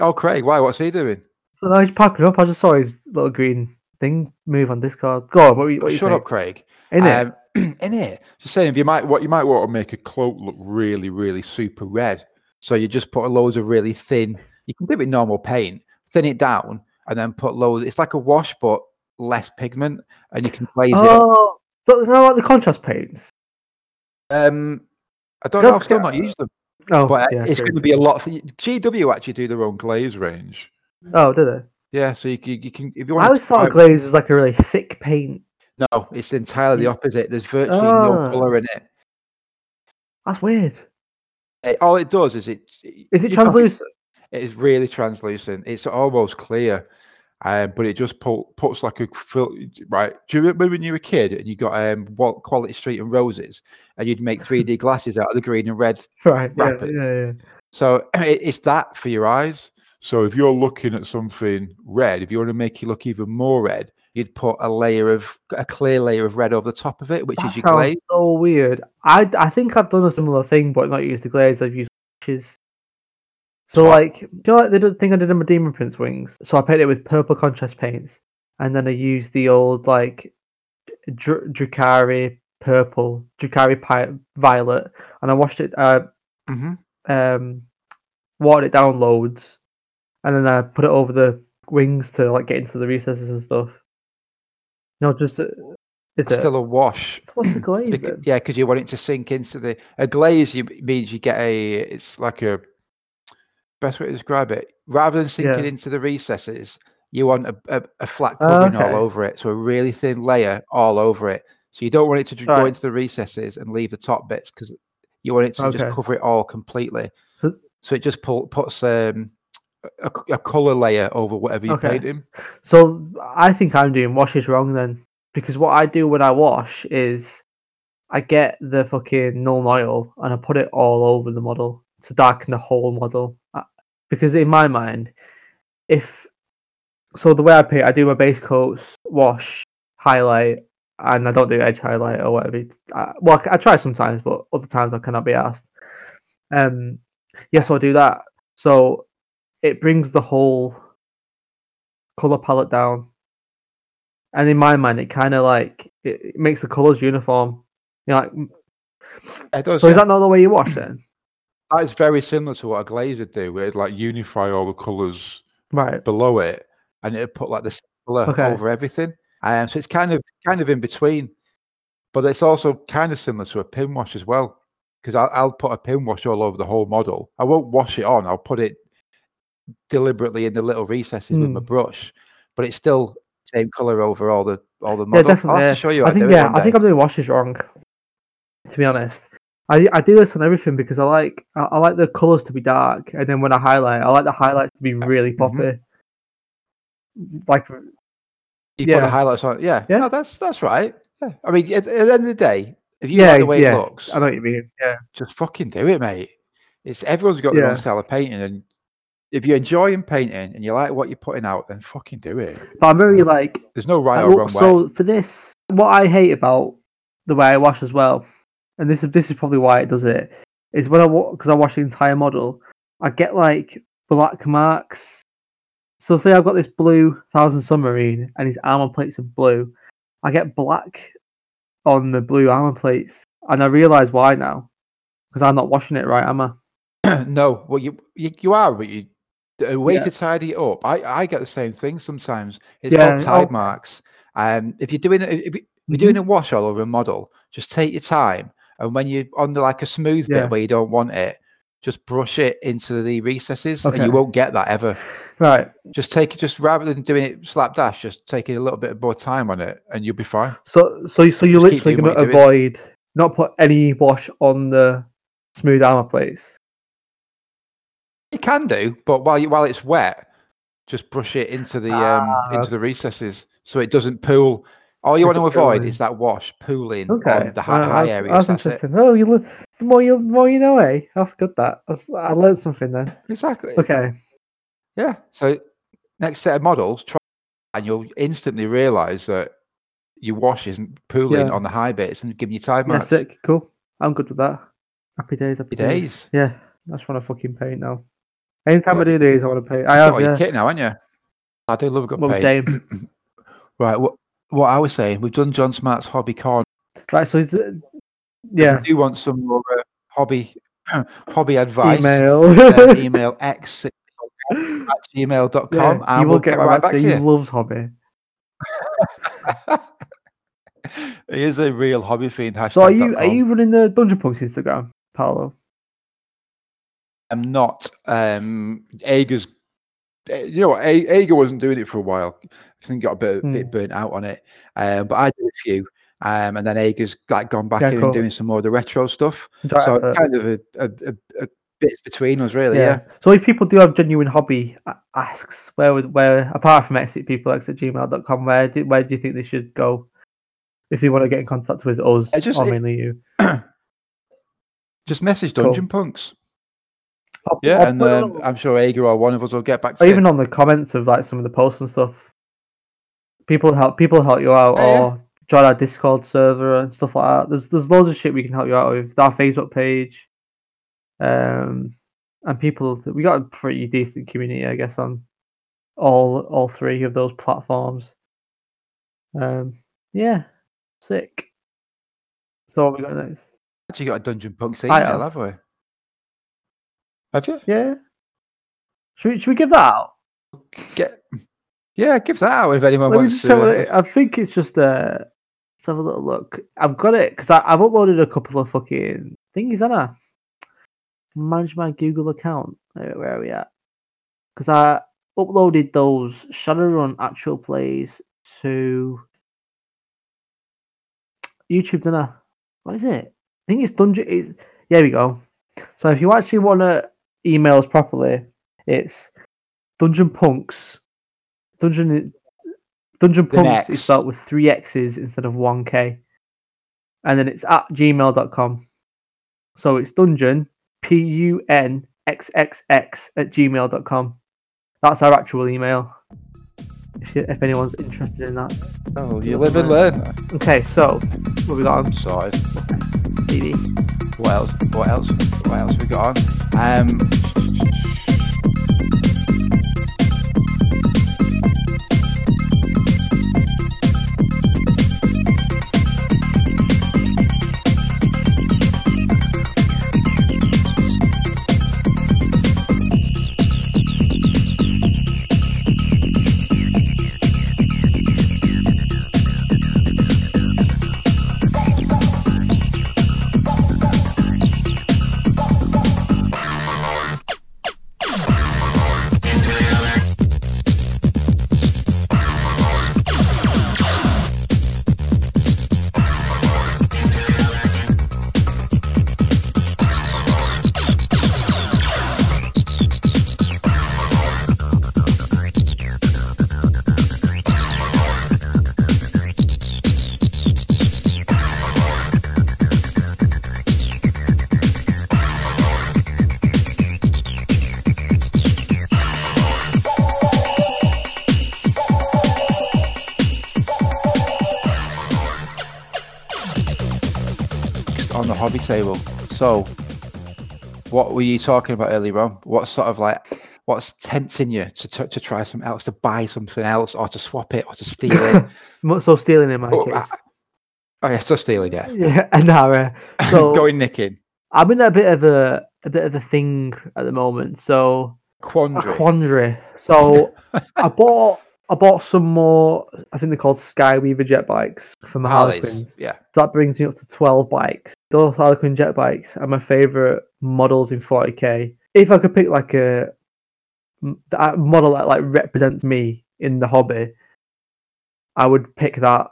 Speaker 2: Oh, Craig, why? What's he doing?
Speaker 1: So now he's popping up. I just saw his little green thing move on Discord. Go on, what, were you- what you
Speaker 2: Shut
Speaker 1: saying?
Speaker 2: up, Craig.
Speaker 1: In it.
Speaker 2: Um, in it. Just saying, if you might, what you might want to make a cloak look really, really super red. So you just put loads of really thin. You can do it with normal paint, thin it down, and then put loads. It's like a wash, but less pigment, and you can glaze it. Up.
Speaker 1: Oh, so, no, like the contrast paints.
Speaker 2: Um, I don't know. I've
Speaker 1: That's-
Speaker 2: still not used them,
Speaker 1: Oh,
Speaker 2: but
Speaker 1: yeah,
Speaker 2: it's
Speaker 1: true.
Speaker 2: going to be a lot. GW actually do their own glaze range.
Speaker 1: Oh, did it?
Speaker 2: Yeah, so you, you, you can if you
Speaker 1: I
Speaker 2: want.
Speaker 1: always thought glaze was like a really thick paint.
Speaker 2: No, it's entirely the
Speaker 1: Mm.
Speaker 2: opposite. There's virtually
Speaker 1: Ah.
Speaker 2: no color in it.
Speaker 1: That's weird.
Speaker 2: It- All it does is it.
Speaker 1: Is it
Speaker 2: you can't-
Speaker 1: translucent?
Speaker 2: It is really translucent. It's almost clear, um, but it just pu- puts like a fil- right. Do you remember when you were a kid and you got um, Wa- Quality Street and roses, and you'd make three D glasses out of the green and red?
Speaker 1: Right. Yeah,
Speaker 2: wrap it.
Speaker 1: yeah, yeah.
Speaker 2: So it, it's that for your eyes. So if you're looking at something red, if you want to make it look even more red, you'd put a layer of a clear layer of red over the top of it, which
Speaker 1: That
Speaker 2: is your
Speaker 1: sounds
Speaker 2: glaze.
Speaker 1: so weird. I I think I've done a similar thing, but not used the glaze. I've used washes. So like, do you know, like the d- thing I did in my Demon Prince wings. So I painted it with purple contrast paints, and then I used the old like dr- Drukari purple, Drukari pi- violet, and I washed it. Uh,
Speaker 2: hmm
Speaker 1: um, watered it down loads, and then I put it over the wings to like get into the recesses and stuff. No, just uh, is it?
Speaker 2: Still a wash.
Speaker 1: What's the glaze?
Speaker 2: Becau-
Speaker 1: then?
Speaker 2: yeah, because you want it to sink into the a glaze. You means you get a. It's like a best way to describe it. Rather than sinking
Speaker 1: Yeah. Ah,
Speaker 2: into the recesses, you want a, a, a flat covering
Speaker 1: okay.
Speaker 2: all over it, so a really thin layer all over it. So you don't want it to dr- go
Speaker 1: Right.
Speaker 2: into the recesses and leave the top bits because you want it to
Speaker 1: Okay.
Speaker 2: just cover it all completely.
Speaker 1: So-
Speaker 2: So it just pull, puts um, a, color layer over whatever you're
Speaker 1: Okay.
Speaker 2: painting.
Speaker 1: So I think I'm doing washes wrong then, because what I do when I wash is I get the fucking null oil and I put it all over the model to darken the whole model. Uh, Because in my mind, if so, the way I paint, I do my base coats, wash, highlight, and I don't do edge highlight or whatever. It's- I, well, I try sometimes, but other times I cannot be asked. Um, yeah, so I do that. So it brings the whole color palette down. And in my mind, it kind of like it, it makes the colors uniform. You know, like, m-
Speaker 2: It does,
Speaker 1: so is
Speaker 2: yeah.
Speaker 1: that not the way you wash then?
Speaker 2: that is very similar to what a glaze would do, where it'd like unify all the colors
Speaker 1: Right.
Speaker 2: below it, and it'd put like the color
Speaker 1: Okay.
Speaker 2: over everything. Um, so it's kind of kind of in between, but it's also kind of similar to a pin wash as well, because I'll, I'll put a pin wash all over the whole model. I won't wash it on. I'll put it deliberately in the little recesses with my
Speaker 1: Hmm.
Speaker 2: brush, but it's still same color over all the all the model.
Speaker 1: Yeah, definitely.
Speaker 2: I'll have
Speaker 1: yeah.
Speaker 2: to show you. How
Speaker 1: I think
Speaker 2: do it
Speaker 1: yeah,
Speaker 2: one
Speaker 1: I think
Speaker 2: day.
Speaker 1: I'm doing washes wrong. To be honest, I I do this on everything because I like I, I like the colors to be dark, and then when I highlight, I like the highlights to be really
Speaker 2: mhm.
Speaker 1: poppy. Like
Speaker 2: you put the
Speaker 1: yeah.
Speaker 2: highlights on. Yeah,
Speaker 1: Yeah.
Speaker 2: No, that's that's right. Yeah. I mean, at, at the end of the day, if you
Speaker 1: yeah,
Speaker 2: like the way it
Speaker 1: yeah,
Speaker 2: looks,
Speaker 1: I know what you mean. Yeah,
Speaker 2: just fucking do it, mate. It's everyone's got their
Speaker 1: Yeah.
Speaker 2: own style of painting, and if you're enjoying painting and you like what you're putting out, then fucking do it.
Speaker 1: but I'm very like
Speaker 2: There's no
Speaker 1: I
Speaker 2: right or
Speaker 1: will-
Speaker 2: wrong way.
Speaker 1: So for this, what I hate about the way I wash as well, and this is this is probably why it does it, is when I because I wash the entire model, I get like black marks. So say I've got this blue Thousand Submarine, and his armor plates are blue. I get black on the blue armor plates, and I realize why now, because I'm not washing it right, am I?
Speaker 2: no, well, you, you you are, but you a way
Speaker 1: Yeah.
Speaker 2: to tidy it up. I I get the same thing sometimes. It's
Speaker 1: Yeah,
Speaker 2: called tide
Speaker 1: oh. Mm-hmm.
Speaker 2: marks. Um, if you're doing if, if you're doing a wash all over a model, just take your time, and when you're on the like a smooth
Speaker 1: Yeah.
Speaker 2: bit where you don't want it, just brush it into the recesses, and
Speaker 1: Okay.
Speaker 2: you won't get that ever.
Speaker 1: Right.
Speaker 2: just take it just rather than doing it slapdash just taking a little bit more time on it and you'll be fine
Speaker 1: So so so you're literally
Speaker 2: Just keep doing
Speaker 1: going
Speaker 2: what
Speaker 1: to
Speaker 2: you're doing.
Speaker 1: avoid not put any wash on the smooth armor plates.
Speaker 2: you can do but while you while it's wet just brush it into the um
Speaker 1: Ah,
Speaker 2: into the recesses so it doesn't pool all you want to
Speaker 1: Doesn't
Speaker 2: avoid
Speaker 1: pool.
Speaker 2: is that wash pooling
Speaker 1: Okay.
Speaker 2: on the high,
Speaker 1: Uh,
Speaker 2: high
Speaker 1: that's-
Speaker 2: areas
Speaker 1: That's
Speaker 2: that's it
Speaker 1: interesting. Oh, you look, the more you the more you know, eh? That's good. That that's, I learned something then.
Speaker 2: exactly
Speaker 1: Okay.
Speaker 2: yeah so next set of models try and you'll instantly realize that your wash isn't pooling
Speaker 1: Yeah.
Speaker 2: on the high bits and giving you time
Speaker 1: Yeah,
Speaker 2: marks
Speaker 1: sick. Cool. I'm good with that. Happy days. Happy
Speaker 2: Happy
Speaker 1: days.
Speaker 2: days
Speaker 1: Yeah. I just want to fucking paint now. Anytime I
Speaker 2: Well,
Speaker 1: do these, I want to paint. I
Speaker 2: you've
Speaker 1: have.
Speaker 2: got
Speaker 1: Yeah.
Speaker 2: your kit now haven't you i do love a good
Speaker 1: Well,
Speaker 2: paint.
Speaker 1: same.
Speaker 2: Right. What what I was saying, we've done John Smart's hobby corner.
Speaker 1: Right. So is it-
Speaker 2: If
Speaker 1: yeah.
Speaker 2: You do want some more uh, hobby hobby advice?
Speaker 1: Email.
Speaker 2: uh, email x at gmail.com.
Speaker 1: yeah,
Speaker 2: I
Speaker 1: you will get right back to you. He
Speaker 2: you.
Speaker 1: loves hobby.
Speaker 2: He is a real hobby fiend. Hashtag.
Speaker 1: So are you are you running the Dungeon Punks Instagram, Paolo?
Speaker 2: I'm not. Um, Ager's. eh, You know, what, A- Ager wasn't doing it for a while. I think he got a
Speaker 1: Hmm.
Speaker 2: bit, bit burnt out on it. Um, but I did a few. Um, and then Ager's like gone back
Speaker 1: Yeah,
Speaker 2: in
Speaker 1: cool.
Speaker 2: and doing some more of the retro stuff.
Speaker 1: Enjoy
Speaker 2: so
Speaker 1: it, uh,
Speaker 2: kind of a, a, a, a bit between us, really. yeah.
Speaker 1: So if people do have genuine hobby a- asks, where would where apart from exit people exit gmail.com, where do where do you think they should go if they want to get in contact with us
Speaker 2: I just-
Speaker 1: or
Speaker 2: it-
Speaker 1: mainly you?
Speaker 2: Just message
Speaker 1: Cool.
Speaker 2: Dungeon Punks.
Speaker 1: Or-
Speaker 2: Yeah,
Speaker 1: or
Speaker 2: and
Speaker 1: put it
Speaker 2: um,
Speaker 1: on-
Speaker 2: I'm sure Ager or one of us will get back to
Speaker 1: or
Speaker 2: you.
Speaker 1: even on the comments of like some of the posts and stuff. People help people help you out
Speaker 2: Oh, yeah.
Speaker 1: or join our Discord server and stuff like that. There's there's loads of shit we can help you out with. Our Facebook page. Um and people we got a pretty decent community, I guess, on all all three of those platforms. Um yeah. Sick. So what we got next?
Speaker 2: Actually, got a Dungeon Punks
Speaker 1: I
Speaker 2: email,
Speaker 1: am.
Speaker 2: have we? Have you?
Speaker 1: Yeah. Should we, should we give that out?
Speaker 2: Get... Yeah, give that out if anyone
Speaker 1: Let me
Speaker 2: wants
Speaker 1: just check
Speaker 2: to.
Speaker 1: what
Speaker 2: uh,
Speaker 1: it- I think it's just uh, let's have a little look. I've got it because I've uploaded a couple of fucking thingies, haven't I? Manage my Google account. Where, where are we at? Because I uploaded those Shadowrun actual plays to YouTube, didn't I? What is it? I think it's Dungeon. It's... There we go. So if you actually want to email us properly, it's Dungeon Punks. Dungeon Dungeon
Speaker 2: With an
Speaker 1: Punks is
Speaker 2: X.
Speaker 1: spelled with three X's instead of one K. And then it's at gmail.com. So it's dungeon P U N X X X at gmail.com. That's our actual email. If, you, if anyone's interested in that.
Speaker 2: Oh, you live and learn.
Speaker 1: Okay, so what we got on
Speaker 2: I'm sorry.
Speaker 1: CD?
Speaker 2: What else? What else? What else we got on? Um, next on the hobby table. So, what were you talking about earlier on? What sort of like, what's tempting you to t- to try something else, to buy something else, or to swap it, or to steal it?
Speaker 1: Mo- So stealing in my
Speaker 2: oh,
Speaker 1: case.
Speaker 2: I- oh, yeah, so stealing, yeah.
Speaker 1: Yeah, and now, uh, so
Speaker 2: Going nicking.
Speaker 1: I'm in a bit of a a bit of a thing at the moment. So
Speaker 2: Quandary.
Speaker 1: a quandary. So I bought I bought some more. I think they're called Skyweaver jet bikes for my
Speaker 2: Harleys.
Speaker 1: Harlequins.
Speaker 2: Yeah.
Speaker 1: So that brings me up to twelve bikes. Those Harlequin jet bikes are my favorite models in 40k. If I could pick like a, m- a model that like represents me in the hobby, I would pick that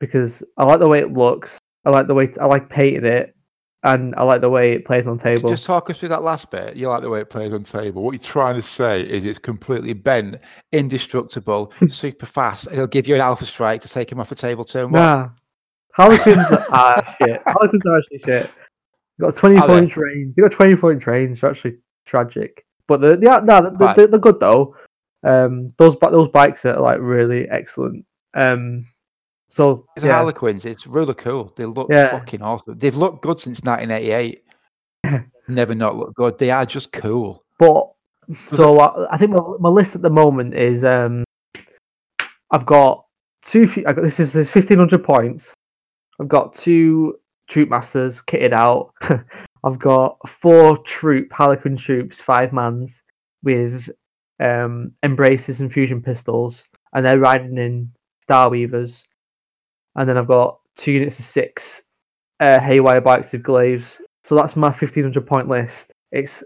Speaker 1: because I like the way it looks. I like the way I like painting it, and I like the way it plays on table.
Speaker 2: Just talk us through that last bit. You like the way it plays on table. What you're trying to say is it's completely bent, indestructible,
Speaker 1: Hmm.
Speaker 2: super fast. It'll give you an alpha strike to take him off the table turn one.
Speaker 1: Nah. Harlequins are ah, shit. Harlequins are actually shit. They've got a 20
Speaker 2: Are they?
Speaker 1: point range. They've got 20 point range. They're actually tragic. But they're, yeah, no, they're,
Speaker 2: Right.
Speaker 1: they're, they're good though. Um, those, bi- those bikes are like really excellent. Um, so,
Speaker 2: It's
Speaker 1: yeah.
Speaker 2: Harlequins. It's really cool. They look
Speaker 1: Yeah.
Speaker 2: fucking awesome. They've looked good since 1988. Never not looked good. They are just cool.
Speaker 1: But so I, I think my, my list at the moment is um, I've got two. fu- I got this is there's fifteen hundred points. I've got two troop masters kitted out. I've got four troop Harlequin troops, five mans with um, embraces and fusion pistols, and they're riding in Star Weavers. And then I've got two units of six uh, haywire bikes with glaives. So that's my fifteen hundred point list. It's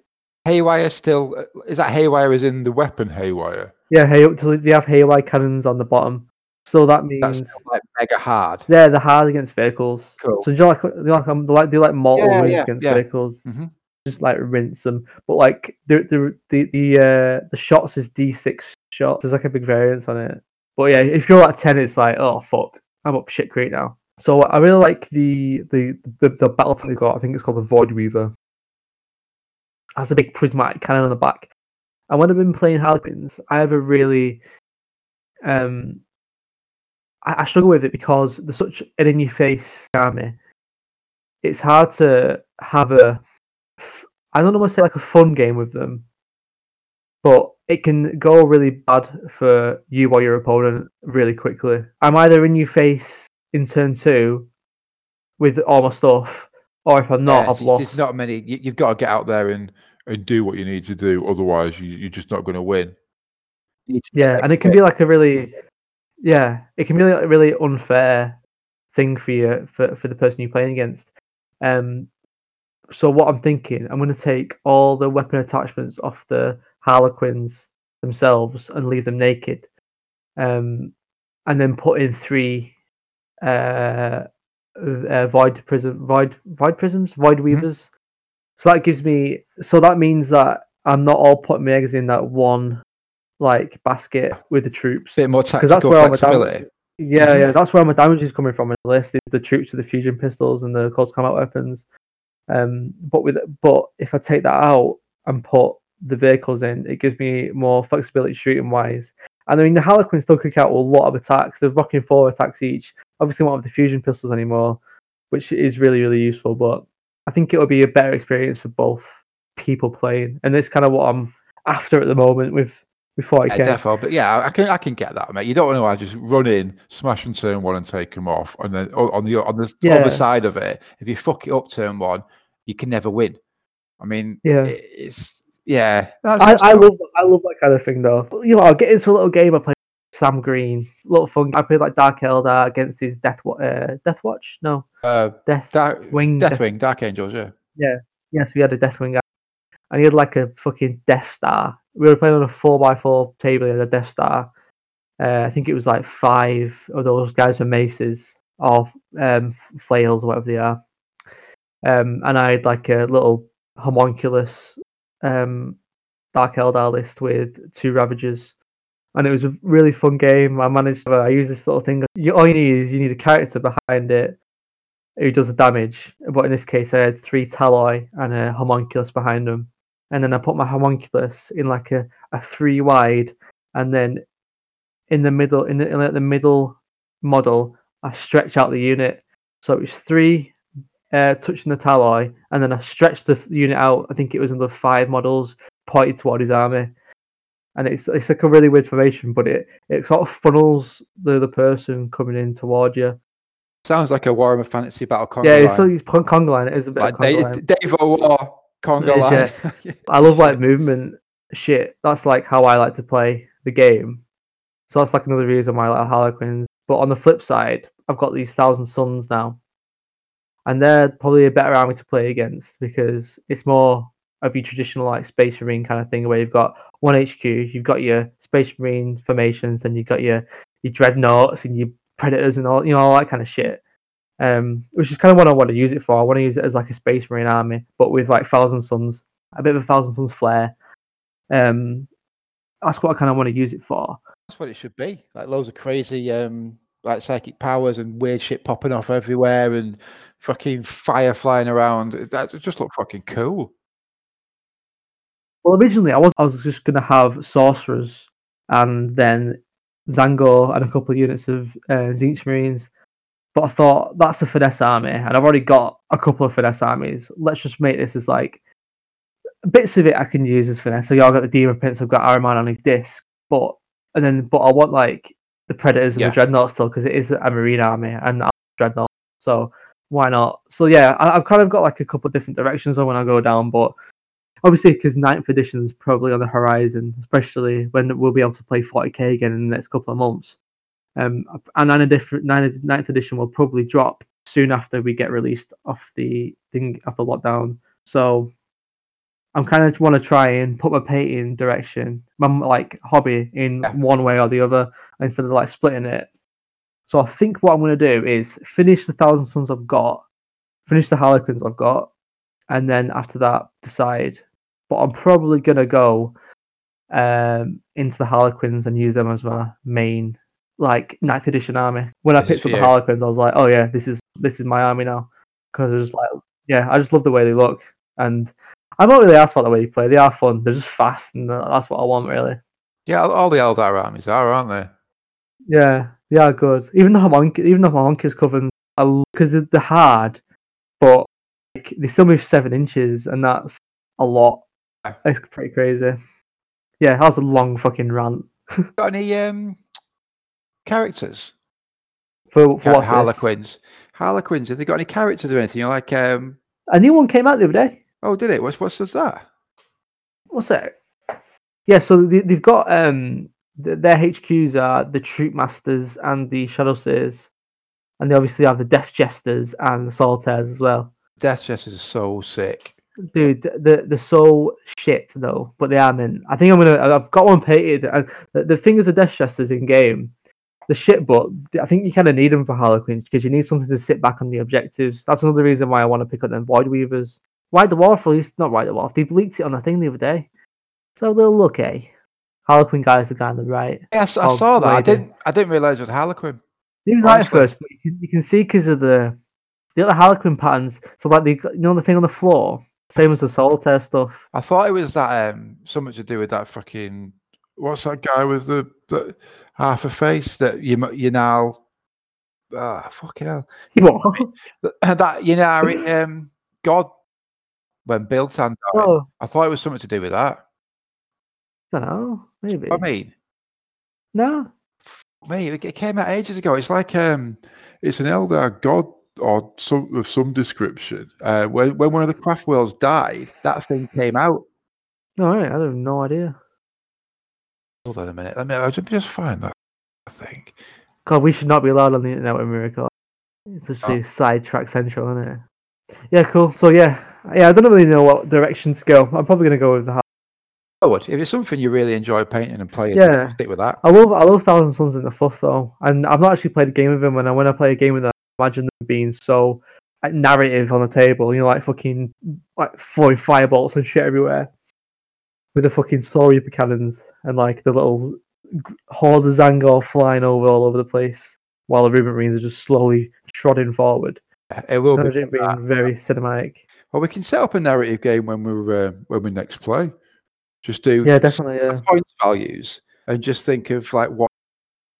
Speaker 2: Haywire still uh, is that haywire is in the weapon haywire.
Speaker 1: Yeah, hay- so they have haywire cannons on the bottom. So that means
Speaker 2: That's still like mega hard.
Speaker 1: they're the hard against vehicles.
Speaker 2: Cool.
Speaker 1: So do you like they like um, they like do like mortal
Speaker 2: Yeah,
Speaker 1: wounds
Speaker 2: yeah,
Speaker 1: against
Speaker 2: yeah.
Speaker 1: vehicles.
Speaker 2: Mhm.
Speaker 1: Just like rinse them, but like the the the the, uh, the shots is D six shots. There's like a big variance on it. But yeah, if you're at ten, it's like oh fuck, I'm up shit creek now. So I really like the the the, the battle tank they got. I think it's called the Void Weaver. Has a big prismatic cannon on the back. And when I've been playing Harlequins, I have a really um I, I struggle with it because there's such an in your face army. It's hard to have a f- I don't want to say like a fun game with them, but it can go really bad for you or your opponent really quickly. I'm either in your face in turn two with all my stuff, or if I'm not,
Speaker 2: Yeah,
Speaker 1: I've
Speaker 2: there's- there's
Speaker 1: lost.
Speaker 2: Not many. You, you've got to get out there and and do what you need to do. Otherwise, you, you're just not going to win. You need to
Speaker 1: Yeah, and it can be like a really, yeah, it can be like a really unfair thing for you for for the person you're playing against. Um, so what I'm thinking, I'm going to take all the weapon attachments off the Harlequins themselves and leave them naked, um, and then put in three uh, uh, void prism, void void prisms, void weavers. So that gives me. So that means that I'm not all putting my eggs in that one like basket with the troops.
Speaker 2: Bit more
Speaker 1: Because that's
Speaker 2: tactical
Speaker 1: where all my
Speaker 2: flexibility.
Speaker 1: damage. Yeah,
Speaker 2: Mhm.
Speaker 1: yeah, that's where my damage is coming from in the list. Is the troops with the fusion pistols and the close combat weapons. Um, but with but if I take that out and put the vehicles in, it gives me more flexibility shooting wise. And I mean, the Harlequins still kick out a lot of attacks. They're rocking four attacks each. Obviously, won't have the fusion pistols anymore, which is really really useful. But I think it would be a better experience for both people playing, and that's kind of what I'm after at the moment with with 40k.
Speaker 2: Yeah, defo, but yeah, I can I can get that, mate. You don't want to just run in, smash and turn one, and take them off, and then o- on the on the
Speaker 1: Yeah.
Speaker 2: other side of it, if you fuck it up, turn one, you can never win. I mean,
Speaker 1: Yeah.
Speaker 2: i- it's yeah. That's,
Speaker 1: I,
Speaker 2: that's
Speaker 1: I
Speaker 2: not-
Speaker 1: love I love that kind of thing though. You know, I'll get into a little game I play with Sam Green, little fun. I play like Dark Eldar against his Death Wa- uh, Death Watch. No,
Speaker 2: uh,
Speaker 1: Death
Speaker 2: Dark,
Speaker 1: Wing. Death-
Speaker 2: Deathwing, Dark Angels, yeah.
Speaker 1: yes, we had a Death Wing guy, and he had like a fucking Death Star. We were playing on a four x four table. He had a Death Star. Uh, I think it was like five of those guys were maces or um, flails, or whatever they are. Um, and I had like a little homunculus um, Dark Eldar list with two Ravagers. And it was a really fun game. I managed to, I use this little thing. You, all you need is you need a character behind it who does the damage. But in this case, I had three Taloi and a homunculus behind them. And then I put my homunculus in like a, a three wide. And then in the middle, in the, in like the middle model, I stretch out the unit. So it was three uh, touching the Taloi, and then I stretched the f- unit out. I think it was another five models pointed toward his army. And it's it's like a really weird formation, but it, it sort of funnels the other person coming in toward you.
Speaker 2: Sounds like a Warhammer Fantasy Battle Conga
Speaker 1: yeah,
Speaker 2: line.
Speaker 1: it's still these punk conga line. It is a bit
Speaker 2: like
Speaker 1: of conga
Speaker 2: Da-
Speaker 1: line.
Speaker 2: Dave O'War Conga
Speaker 1: Yeah,
Speaker 2: line.
Speaker 1: I love like movement shit. That's like how I like to play the game. So that's like another reason why I like Harlequins. But on the flip side, I've got these Thousand Suns now, and they're probably a better army to play against because it's more of your traditional like Space Marine kind of thing, where you've got one HQ, you've got your Space Marine formations, and you've got your your dreadnoughts and your predators and all you know all that kind of shit. Um, which is kind of what I want to use it for. I want to use it as like a Space Marine army, but with like Thousand Suns a bit of a Thousand Suns flair. Um, that's what I kind of want to use it for.
Speaker 2: That's what it should be. Like loads of crazy, um, like psychic powers and weird shit popping off everywhere and fucking fire flying around. That it just looked fucking cool.
Speaker 1: Well, originally I was I was just gonna have sorcerers and then Zango and a couple of units of uh, Zinch Marines, but I thought that's a finesse army, and I've already got a couple of finesse armies. Let's just make this as like bits of it I can use as finesse. So yeah, I've got the Demon Prince, I've got Araman on his disc, but and then but I want like the Predators and
Speaker 2: Yeah.
Speaker 1: the Dreadnoughts still because it is a Marine army and I'm a Dreadnought, so why not? So yeah, I, I've kind of got like a couple of different directions on when I go down, but obviously because ninth edition is probably on the horizon, especially when we'll be able to play 40k again in the next couple of months. Um, and nine different nine ninth edition will probably drop soon after we get released off the thing after lockdown. So I'm kind of want to try and put my painting direction, my like hobby, in
Speaker 2: Yeah.
Speaker 1: one way or the other instead of like splitting it. So I think what I'm going to do is finish the Thousand Suns I've got, finish the Harlequins I've got, and then after that decide. But I'm probably gonna go um, into the Harlequins and use them as my main like ninth edition army. When I
Speaker 2: This is
Speaker 1: picked up
Speaker 2: for
Speaker 1: the
Speaker 2: you.
Speaker 1: Harlequins, I was like, oh yeah, this is this is my army now because I just like yeah, I just love the way they look and. I'm not really asked about the way you play. They are fun. They're just fast, and tha- that's what I want, really.
Speaker 2: Yeah, all- all the Eldar armies are, aren't they?
Speaker 1: Yeah, they are good. Even the homunc- even the homunculus coven, because they're, they're hard, but like, they still move seven inches, and that's a lot.
Speaker 2: Yeah.
Speaker 1: It's pretty crazy. Yeah, that was a long fucking rant.
Speaker 2: Got any um characters?
Speaker 1: For, for
Speaker 2: Char-
Speaker 1: what
Speaker 2: Harlequins. Harlequins. Have they got any characters or anything? You're like, um,
Speaker 1: A new one came out the other day.
Speaker 2: oh, did it? What's what's was that?
Speaker 1: What's that? Yeah, so they, they've got um th- their HQs are the Troop Masters and the Shadow Seers, and they obviously have the Death Jesters and the Solitaires as well.
Speaker 2: Death Jesters are so sick.
Speaker 1: dude, th- they're, they're so shit though, but they are mint. I think I'm gonna. I- I've got one painted. And the, the thing is, the Death Chesters in game, the shit, but I think you kind of need them for Harlequins because you need something to sit back on the objectives. That's another reason why I want to pick up them Void Weavers. White Dwarf released, not White Dwarf. They leaked it on the thing the other day, so they'll look eh. Harlequin guy's the guy on the right.
Speaker 2: Yes, I
Speaker 1: Oh,
Speaker 2: saw that. I
Speaker 1: Raiden.
Speaker 2: didn't. I didn't realize it was Harlequin.
Speaker 1: He was right at
Speaker 2: Honestly.
Speaker 1: first, but you can, you can see because of the the other Harlequin patterns. So like the you know the thing on the floor, same as the solitaire stuff.
Speaker 2: I thought it was that um something to do with that fucking what's that guy with the, the half a face that you mu- you now ah fucking hell
Speaker 1: What?
Speaker 2: Th- that you know it, um God when Bill Tan died.
Speaker 1: Oh,
Speaker 2: I thought it was something to do with that.
Speaker 1: I don't know. Maybe.
Speaker 2: I mean,
Speaker 1: no.
Speaker 2: mate, it- it came out ages ago. It's like um, it's an Eldar god or some of some description. Uh, when when one of the craft worlds died, that thing came out.
Speaker 1: All right. I have no idea.
Speaker 2: Hold on a minute. Let me. I'll just- just find that. I think.
Speaker 1: God, we should not be allowed on the internet when we record. It's just
Speaker 2: Oh.
Speaker 1: a sidetrack central, isn't it? Yeah. Cool. So yeah, yeah. I don't really know what direction to go. I'm probably gonna go with the. Har-
Speaker 2: I would. If it's something you really enjoy painting and playing,
Speaker 1: Yeah.
Speaker 2: stick with that.
Speaker 1: I love I love Thousand Suns in the Fluff though, and I've not actually played a game with him. And I- when I play a game with him, I imagine them being so like, narrative on the table, you know, like fucking like throwing fireballs and shit everywhere with the fucking soul reaper cannons and like the little g- horde of Zangor flying over all over the place while the Ruben Marines are just slowly trotting forward.
Speaker 2: It will
Speaker 1: I
Speaker 2: be.
Speaker 1: imagine it being very cinematic.
Speaker 2: Well, we can set up a narrative game when we're uh, when we next play. Just do
Speaker 1: Yeah, definitely. Yeah.
Speaker 2: point values and just think of like what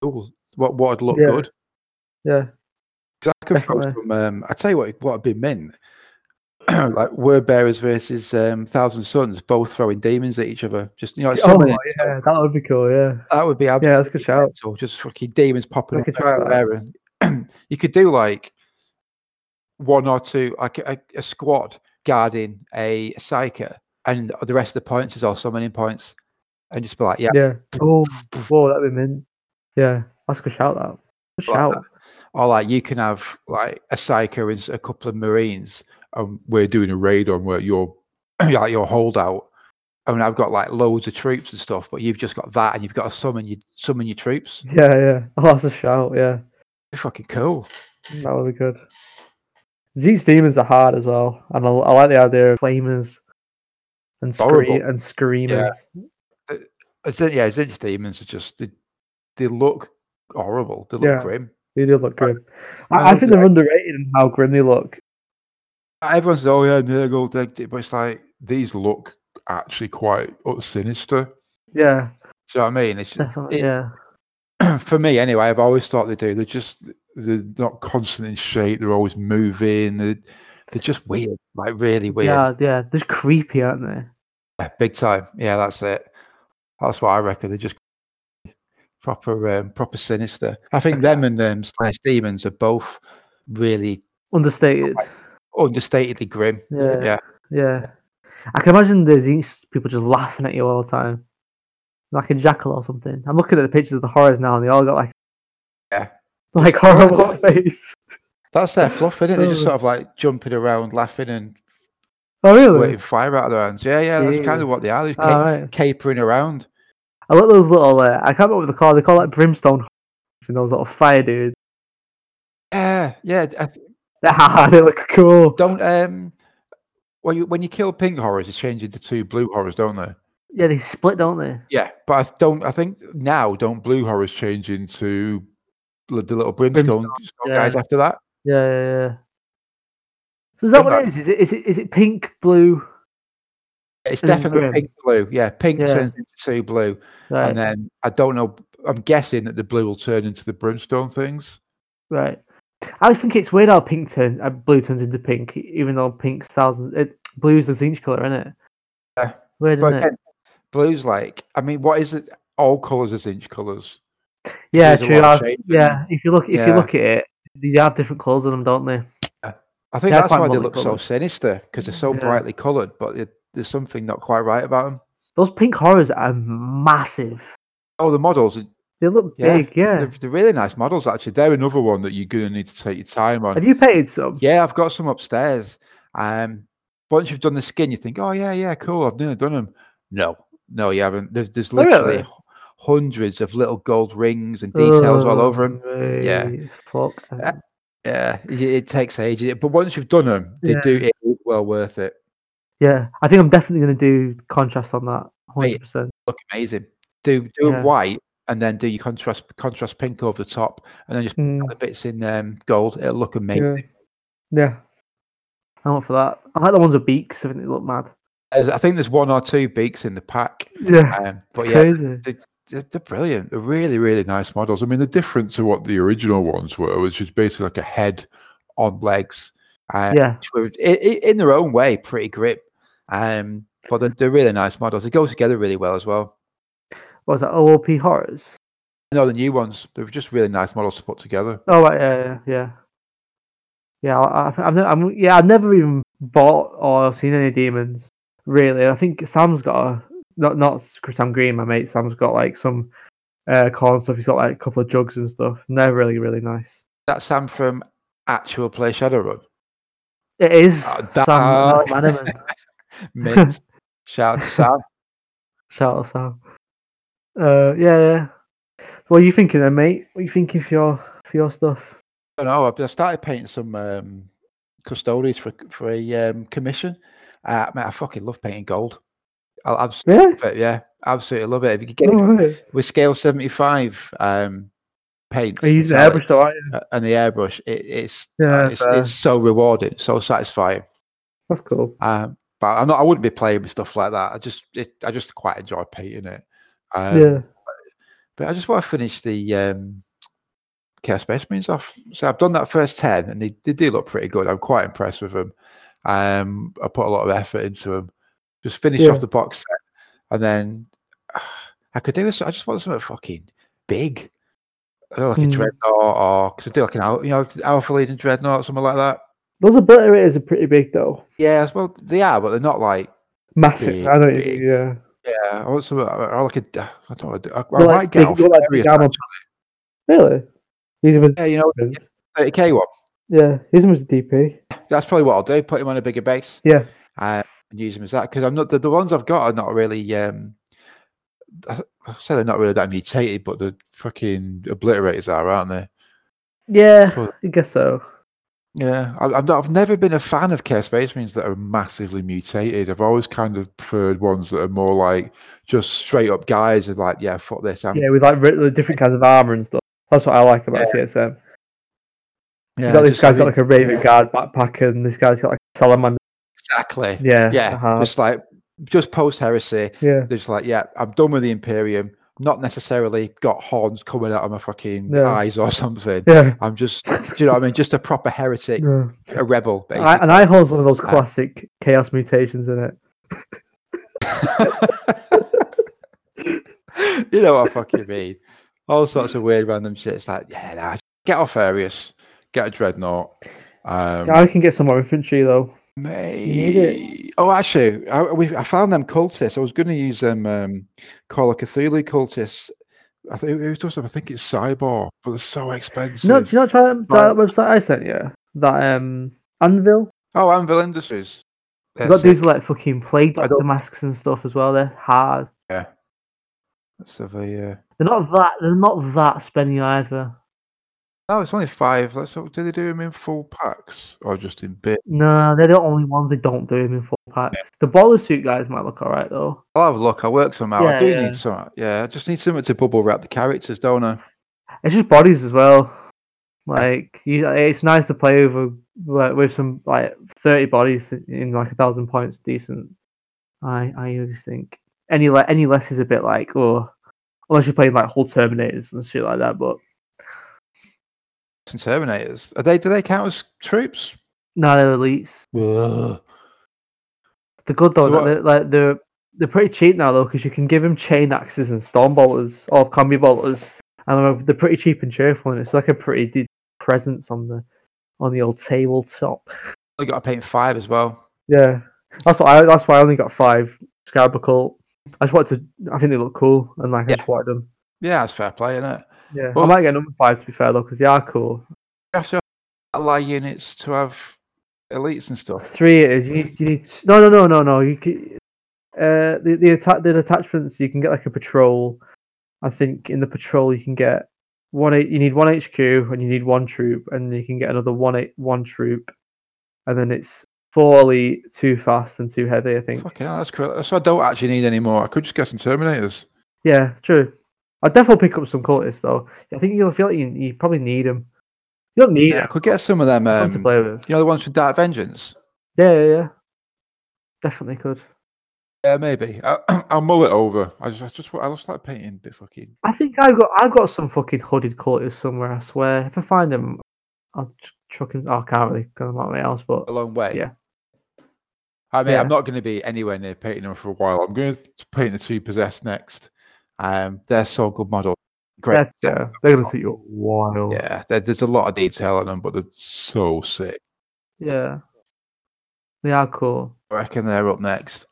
Speaker 2: ooh, what what would look
Speaker 1: Yeah.
Speaker 2: good.
Speaker 1: Yeah.
Speaker 2: Because I could throw
Speaker 1: Definitely.
Speaker 2: some. Um, I tell you what, what would be mint. like word bearers versus um, thousand sons, both throwing demons at each other. Just you know, like
Speaker 1: Oh,
Speaker 2: summoning.
Speaker 1: yeah, that would be cool. Yeah.
Speaker 2: that would be absolutely
Speaker 1: Yeah, that's a good shout.
Speaker 2: mental, Just fucking demons popping
Speaker 1: I
Speaker 2: up
Speaker 1: could try that.
Speaker 2: everywhere. And you could do like one or two, like a, a squad guarding a psyker, and the rest of the points is all summoning points, and just be like, yeah,
Speaker 1: Yeah. Oh, whoa, that'd be mint. Yeah, that's a good shout. That good
Speaker 2: Like
Speaker 1: shout.
Speaker 2: or like you can have like a psyker and s- a couple of marines, and we're doing a raid on where you're you're like your holdout. I mean, I've got like loads of troops and stuff, but you've just got that, and you've got to summon your summon your troops.
Speaker 1: Yeah, yeah. Oh, that's a shout. Yeah,
Speaker 2: Fucking cool.
Speaker 1: that would be good. Zeke's demons are hard as well, and I, I like the idea of flamers and scree-
Speaker 2: Horrible.
Speaker 1: and screamers.
Speaker 2: It's, yeah, Zinch demons are just they, they look horrible. They look
Speaker 1: Yeah.
Speaker 2: grim.
Speaker 1: They do look grim.
Speaker 2: I
Speaker 1: I, I
Speaker 2: love
Speaker 1: think
Speaker 2: the-
Speaker 1: they're underrated in how grim they look.
Speaker 2: Everyone says, "Oh yeah, Nurgle," did it," but it's like these look actually quite uh, sinister.
Speaker 1: Yeah,
Speaker 2: Do you know what I mean? It's
Speaker 1: definitely.
Speaker 2: it-
Speaker 1: yeah,
Speaker 2: for me anyway. I've always thought they do. They're just they're not constant in shape. They're always moving. They're, they're just weird, like really weird,
Speaker 1: yeah, yeah. They're creepy, aren't they?
Speaker 2: Yeah, big time. Yeah, that's it. That's what I reckon. They're just proper, um, proper sinister. I think them and um, Slash Demons are both really
Speaker 1: Understated.
Speaker 2: understatedly grim.
Speaker 1: Yeah,
Speaker 2: yeah.
Speaker 1: yeah. I can imagine the Zeke's people just laughing at you all the time, like a jackal or something. I'm looking at the pictures of the horrors now, and they all got like
Speaker 2: Yeah.
Speaker 1: like horrible face.
Speaker 2: That's their fluff, isn't it? They're just
Speaker 1: Oh.
Speaker 2: sort of like jumping around, laughing and
Speaker 1: Oh Uh. really?
Speaker 2: letting fire out of their hands. Yeah, yeah, that's kind
Speaker 1: Yeah.
Speaker 2: of what they are. They're ca-
Speaker 1: All right.
Speaker 2: capering around.
Speaker 1: I like those little. Uh, I can't remember what they call. They call like brimstone. And those little fire dudes.
Speaker 2: Yeah, yeah. d- I th-
Speaker 1: Ah, they look cool.
Speaker 2: don't um. When you when you kill pink horrors, you change into two blue horrors, don't they?
Speaker 1: Yeah, they split, don't they?
Speaker 2: Yeah, but I th- don't. I think now don't blue horrors change into li- the little brimstone, stone
Speaker 1: yeah.
Speaker 2: guys after that.
Speaker 1: Yeah, yeah, yeah. So is that what it is? Is it is it is it pink, blue?
Speaker 2: It's
Speaker 1: And then
Speaker 2: definitely
Speaker 1: grim.
Speaker 2: pink blue. Yeah, pink
Speaker 1: Yeah.
Speaker 2: turns into two blue,
Speaker 1: Right,
Speaker 2: and then I don't know. I'm guessing that the blue will turn into the brimstone things.
Speaker 1: right. I think it's weird how pink turn, uh, blue turns into pink, even though pink's thousand, it, blue's the zinch color, isn't it?
Speaker 2: Yeah.
Speaker 1: Weird,
Speaker 2: But
Speaker 1: isn't it?
Speaker 2: again, blue's like, I mean, what is it? All colours are zinch colours.
Speaker 1: Yeah,
Speaker 2: there's a
Speaker 1: true.
Speaker 2: lot of
Speaker 1: I-
Speaker 2: shades in
Speaker 1: Yeah, if you look, if you
Speaker 2: Yeah.
Speaker 1: look at it, they have different colours on them, don't they?
Speaker 2: I
Speaker 1: They're
Speaker 2: think that's
Speaker 1: quite
Speaker 2: why they look so
Speaker 1: multicoloured.
Speaker 2: sinister because they're so
Speaker 1: Yeah.
Speaker 2: brightly coloured, but it, there's something not quite right about them.
Speaker 1: Those pink horrors are massive.
Speaker 2: Oh, the models, are-
Speaker 1: They look
Speaker 2: Yeah,
Speaker 1: big, yeah.
Speaker 2: they're, they're really nice models, actually. They're another one that you're going to need to take your time on.
Speaker 1: Have you painted some?
Speaker 2: Yeah, I've got some upstairs. Um, once you've done the skin, you think, oh yeah, yeah, cool, I've nearly done them. No, no, you haven't. There's there's
Speaker 1: Oh, really?
Speaker 2: literally h- hundreds of little gold rings and details all over them. Yeah.
Speaker 1: Right, Oh, Fuck.
Speaker 2: Uh, Yeah, it, it takes ages, but once you've done them, they
Speaker 1: Yeah.
Speaker 2: do it is well worth it.
Speaker 1: yeah. I think I'm definitely going to do contrast on that. 100%.
Speaker 2: Look amazing. Do do
Speaker 1: Yeah.
Speaker 2: it white and then do your contrast contrast pink over the top, and then just
Speaker 1: Mm,
Speaker 2: put the bits in um, gold. It'll look amazing.
Speaker 1: yeah. Yeah. I went for that. I like the ones with beaks. I think they look mad.
Speaker 2: There's- I think there's one or two beaks in the pack,
Speaker 1: Yeah.
Speaker 2: um, but yeah,
Speaker 1: Crazy.
Speaker 2: they're, they're brilliant. They're really, really nice models. I mean, the difference to what the original ones were, which was basically like a head on legs, uh,
Speaker 1: Yeah.
Speaker 2: which were i- i- in their own way pretty grip. Um, but they're, they're really nice models. They go together really well as well.
Speaker 1: What was that? OOP Horrors?
Speaker 2: And all the new ones, they're just really nice models to put together.
Speaker 1: Oh right, yeah, yeah, yeah. Yeah, I, I- I've, ne- I'm, yeah, I've never even bought or seen any demons. Really, I think Sam's got a not not S- Sam Green, my mate. Sam's got like some uh, corn stuff. He's got like a couple of jugs and stuff. And they're really, really nice.
Speaker 2: That's Sam from actual Play Shadowrun.
Speaker 1: It is
Speaker 2: Ah, that-
Speaker 1: Sam McManaman.
Speaker 2: Mint. Shout out to Sam.
Speaker 1: Shout out Sam. Uh, yeah, yeah. What are you thinking then, mate? What are you thinking for your for your stuff?
Speaker 2: I don't know. I've- I started painting some um, custodies for for a um, commission. Uh, man, I fucking love painting gold. I'll absolutely
Speaker 1: Yeah.
Speaker 2: love it. Yeah, absolutely love it. If you could get
Speaker 1: all
Speaker 2: it
Speaker 1: Oh, right.
Speaker 2: with scale seventy five um, paints,
Speaker 1: Are you using
Speaker 2: metallics,
Speaker 1: airbrush, though, aren't you?
Speaker 2: uh, and the airbrush, it, it's, uh,
Speaker 1: Yeah,
Speaker 2: it's
Speaker 1: fair.
Speaker 2: it's so rewarding, so satisfying.
Speaker 1: That's cool.
Speaker 2: Um, but I'm not. I wouldn't be playing with stuff like that. I just it, I just quite enjoy painting it. Um,
Speaker 1: yeah.
Speaker 2: But I just want to finish the um, Chaos Space Marines off. So I've done that first 10 and they, they do look pretty good. I'm quite impressed with them. Um, I put a lot of effort into them. Just finish
Speaker 1: Yeah.
Speaker 2: off the box set and then I could do this. I just want something fucking big. I don't know, like a
Speaker 1: Mm.
Speaker 2: dreadnought or because I do like an al- you know alpha leading dreadnought something like that.
Speaker 1: Those obliterators are pretty big though.
Speaker 2: Yeah, well they are, but they're not like
Speaker 1: Massive.
Speaker 2: Big,
Speaker 1: I know. what you
Speaker 2: big.
Speaker 1: mean, Yeah.
Speaker 2: yeah. I want something I like a I don't know. I d- I, I
Speaker 1: They're like
Speaker 2: might get
Speaker 1: big-
Speaker 2: off
Speaker 1: they're like big
Speaker 2: various-
Speaker 1: armor- Really? Use him as
Speaker 2: yeah, you know,
Speaker 1: defense.
Speaker 2: 30k one.
Speaker 1: yeah. Use him as a DP.
Speaker 2: That's probably what I'll do. Put him on a bigger base.
Speaker 1: Yeah.
Speaker 2: uh, and use them as that because I'm not the, the ones I've got are not really. Um, I th- I say they're not really that mutated, but the fucking obliterators are, aren't they?
Speaker 1: Yeah,
Speaker 2: Cool.
Speaker 1: I guess so.
Speaker 2: Yeah, I, I'm not, I've never been a fan of Care Space Marines that are massively mutated. I've always kind of preferred ones that are more like just straight up guys and like, yeah, fuck this. I'm,
Speaker 1: Yeah, with like ri- like, different kinds of armor and stuff. That's what I like about CSM.
Speaker 2: yeah,
Speaker 1: You got this
Speaker 2: just
Speaker 1: guy's got
Speaker 2: having-
Speaker 1: like a Raven Guard backpack, and this guy's got like a Salamander.
Speaker 2: exactly. Yeah,
Speaker 1: Yeah. uh-huh,
Speaker 2: just like just post heresy.
Speaker 1: yeah.
Speaker 2: They're just like, yeah, I'm done with the Imperium. Not necessarily got horns coming out of my fucking
Speaker 1: Yeah.
Speaker 2: eyes or something.
Speaker 1: Yeah.
Speaker 2: I'm just, do you know what I mean? Just a proper heretic,
Speaker 1: yeah.
Speaker 2: a rebel, basically.
Speaker 1: I, and I hold one of
Speaker 2: Uh,
Speaker 1: those classic chaos mutations in it.
Speaker 2: you know what I fucking mean? All sorts of weird random shit. It's like, yeah, nah, get off Arius, get a Dreadnought. Um,
Speaker 1: I can get some more infantry though. need it.
Speaker 2: may- Oh, actually, I, we, I found them cultists. I was going to use them um, Call of Cthulhu cultists. I think it was also, I think it's Cyborg, but they're so expensive.
Speaker 1: No, do you not try that, try that
Speaker 2: Right.
Speaker 1: website I sent you? That um Anvil.
Speaker 2: oh, Anvil Industries.
Speaker 1: They've
Speaker 2: They're
Speaker 1: got
Speaker 2: sick.
Speaker 1: these like fucking plague
Speaker 2: I
Speaker 1: doctor masks and stuff as well. They're hard.
Speaker 2: Let's have a, uh,
Speaker 1: They're not that. They're not that spendy either.
Speaker 2: No, it's only five. Let's hope- do they do them in full packs or just in bits?
Speaker 1: No, they're the only ones that don't do them in full packs. The boiler suit guys might look alright though.
Speaker 2: I'll have a look. I work somehow.
Speaker 1: Yeah,
Speaker 2: I do
Speaker 1: yeah.
Speaker 2: need some. Yeah, I just need something to bubble wrap the characters, don't I?
Speaker 1: It's just bodies as well. Like you, it's nice to play over like, with some like thirty bodies in like a thousand points. Decent. I I always think any le- any less is a bit like or unless you're playing like whole Terminators and shit like that. But
Speaker 2: Some Terminators. Are they? Do they count as troops?
Speaker 1: no, they're elites.
Speaker 2: Ugh.
Speaker 1: They're good though.
Speaker 2: So
Speaker 1: like,
Speaker 2: what-
Speaker 1: They're, like they're they're pretty cheap now though because you can give them chain axes and storm bolters or combi bolters, and they're, they're pretty cheap and cheerful. And it's like a pretty de- presence on the on the old tabletop.
Speaker 2: I got to paint five as well.
Speaker 1: Yeah, that's what I. That's why I only got five Scarab Occult. I just wanted to. I think they look cool, and like I
Speaker 2: Yeah.
Speaker 1: just wanted them.
Speaker 2: Yeah, that's fair play, isn't it?
Speaker 1: Yeah, I
Speaker 2: Well-
Speaker 1: might get number five to be fair though because they are cool.
Speaker 2: You have to allow units to have elites and stuff.
Speaker 1: Three it is. You need, you need no, no, no, no, no. You can, uh, the the atta- the attachments you can get like a patrol. I think in the patrol you can get one. H- You need one HQ and you need one troop, and you can get another one eight one troop, and then it's four elite, two fast, and two heavy. I think.
Speaker 2: Fucking hell, that's crazy. So I don't actually need any more. I could just get some Terminators.
Speaker 1: Yeah, true. I'd definitely pick up some cultists though. I think you'll feel like you, you probably need them. You don't need
Speaker 2: Yeah, I could get some of them.
Speaker 1: them to
Speaker 2: Um,
Speaker 1: play with.
Speaker 2: you know the ones from Dark Vengeance.
Speaker 1: Yeah, yeah, yeah. Definitely could.
Speaker 2: Yeah, maybe. I, I'll mull it over. I just, I just, wa- I just like painting. Bit fucking.
Speaker 1: I think I've got I've got some fucking hooded cultists somewhere. I swear, if I find them, I'll tr- chuck them. Oh, I can't really because I'm out of my house, but
Speaker 2: a long way.
Speaker 1: Yeah.
Speaker 2: I mean,
Speaker 1: Yeah.
Speaker 2: I'm not going to be anywhere near painting them for a while. I'm going to paint the two possessed next. Um, they're so good model. Great.
Speaker 1: they're, yeah, they're gonna take you a while.
Speaker 2: Yeah, there, there's a lot of detail on them, but they're so sick.
Speaker 1: yeah. They are cool.
Speaker 2: I reckon they're up next.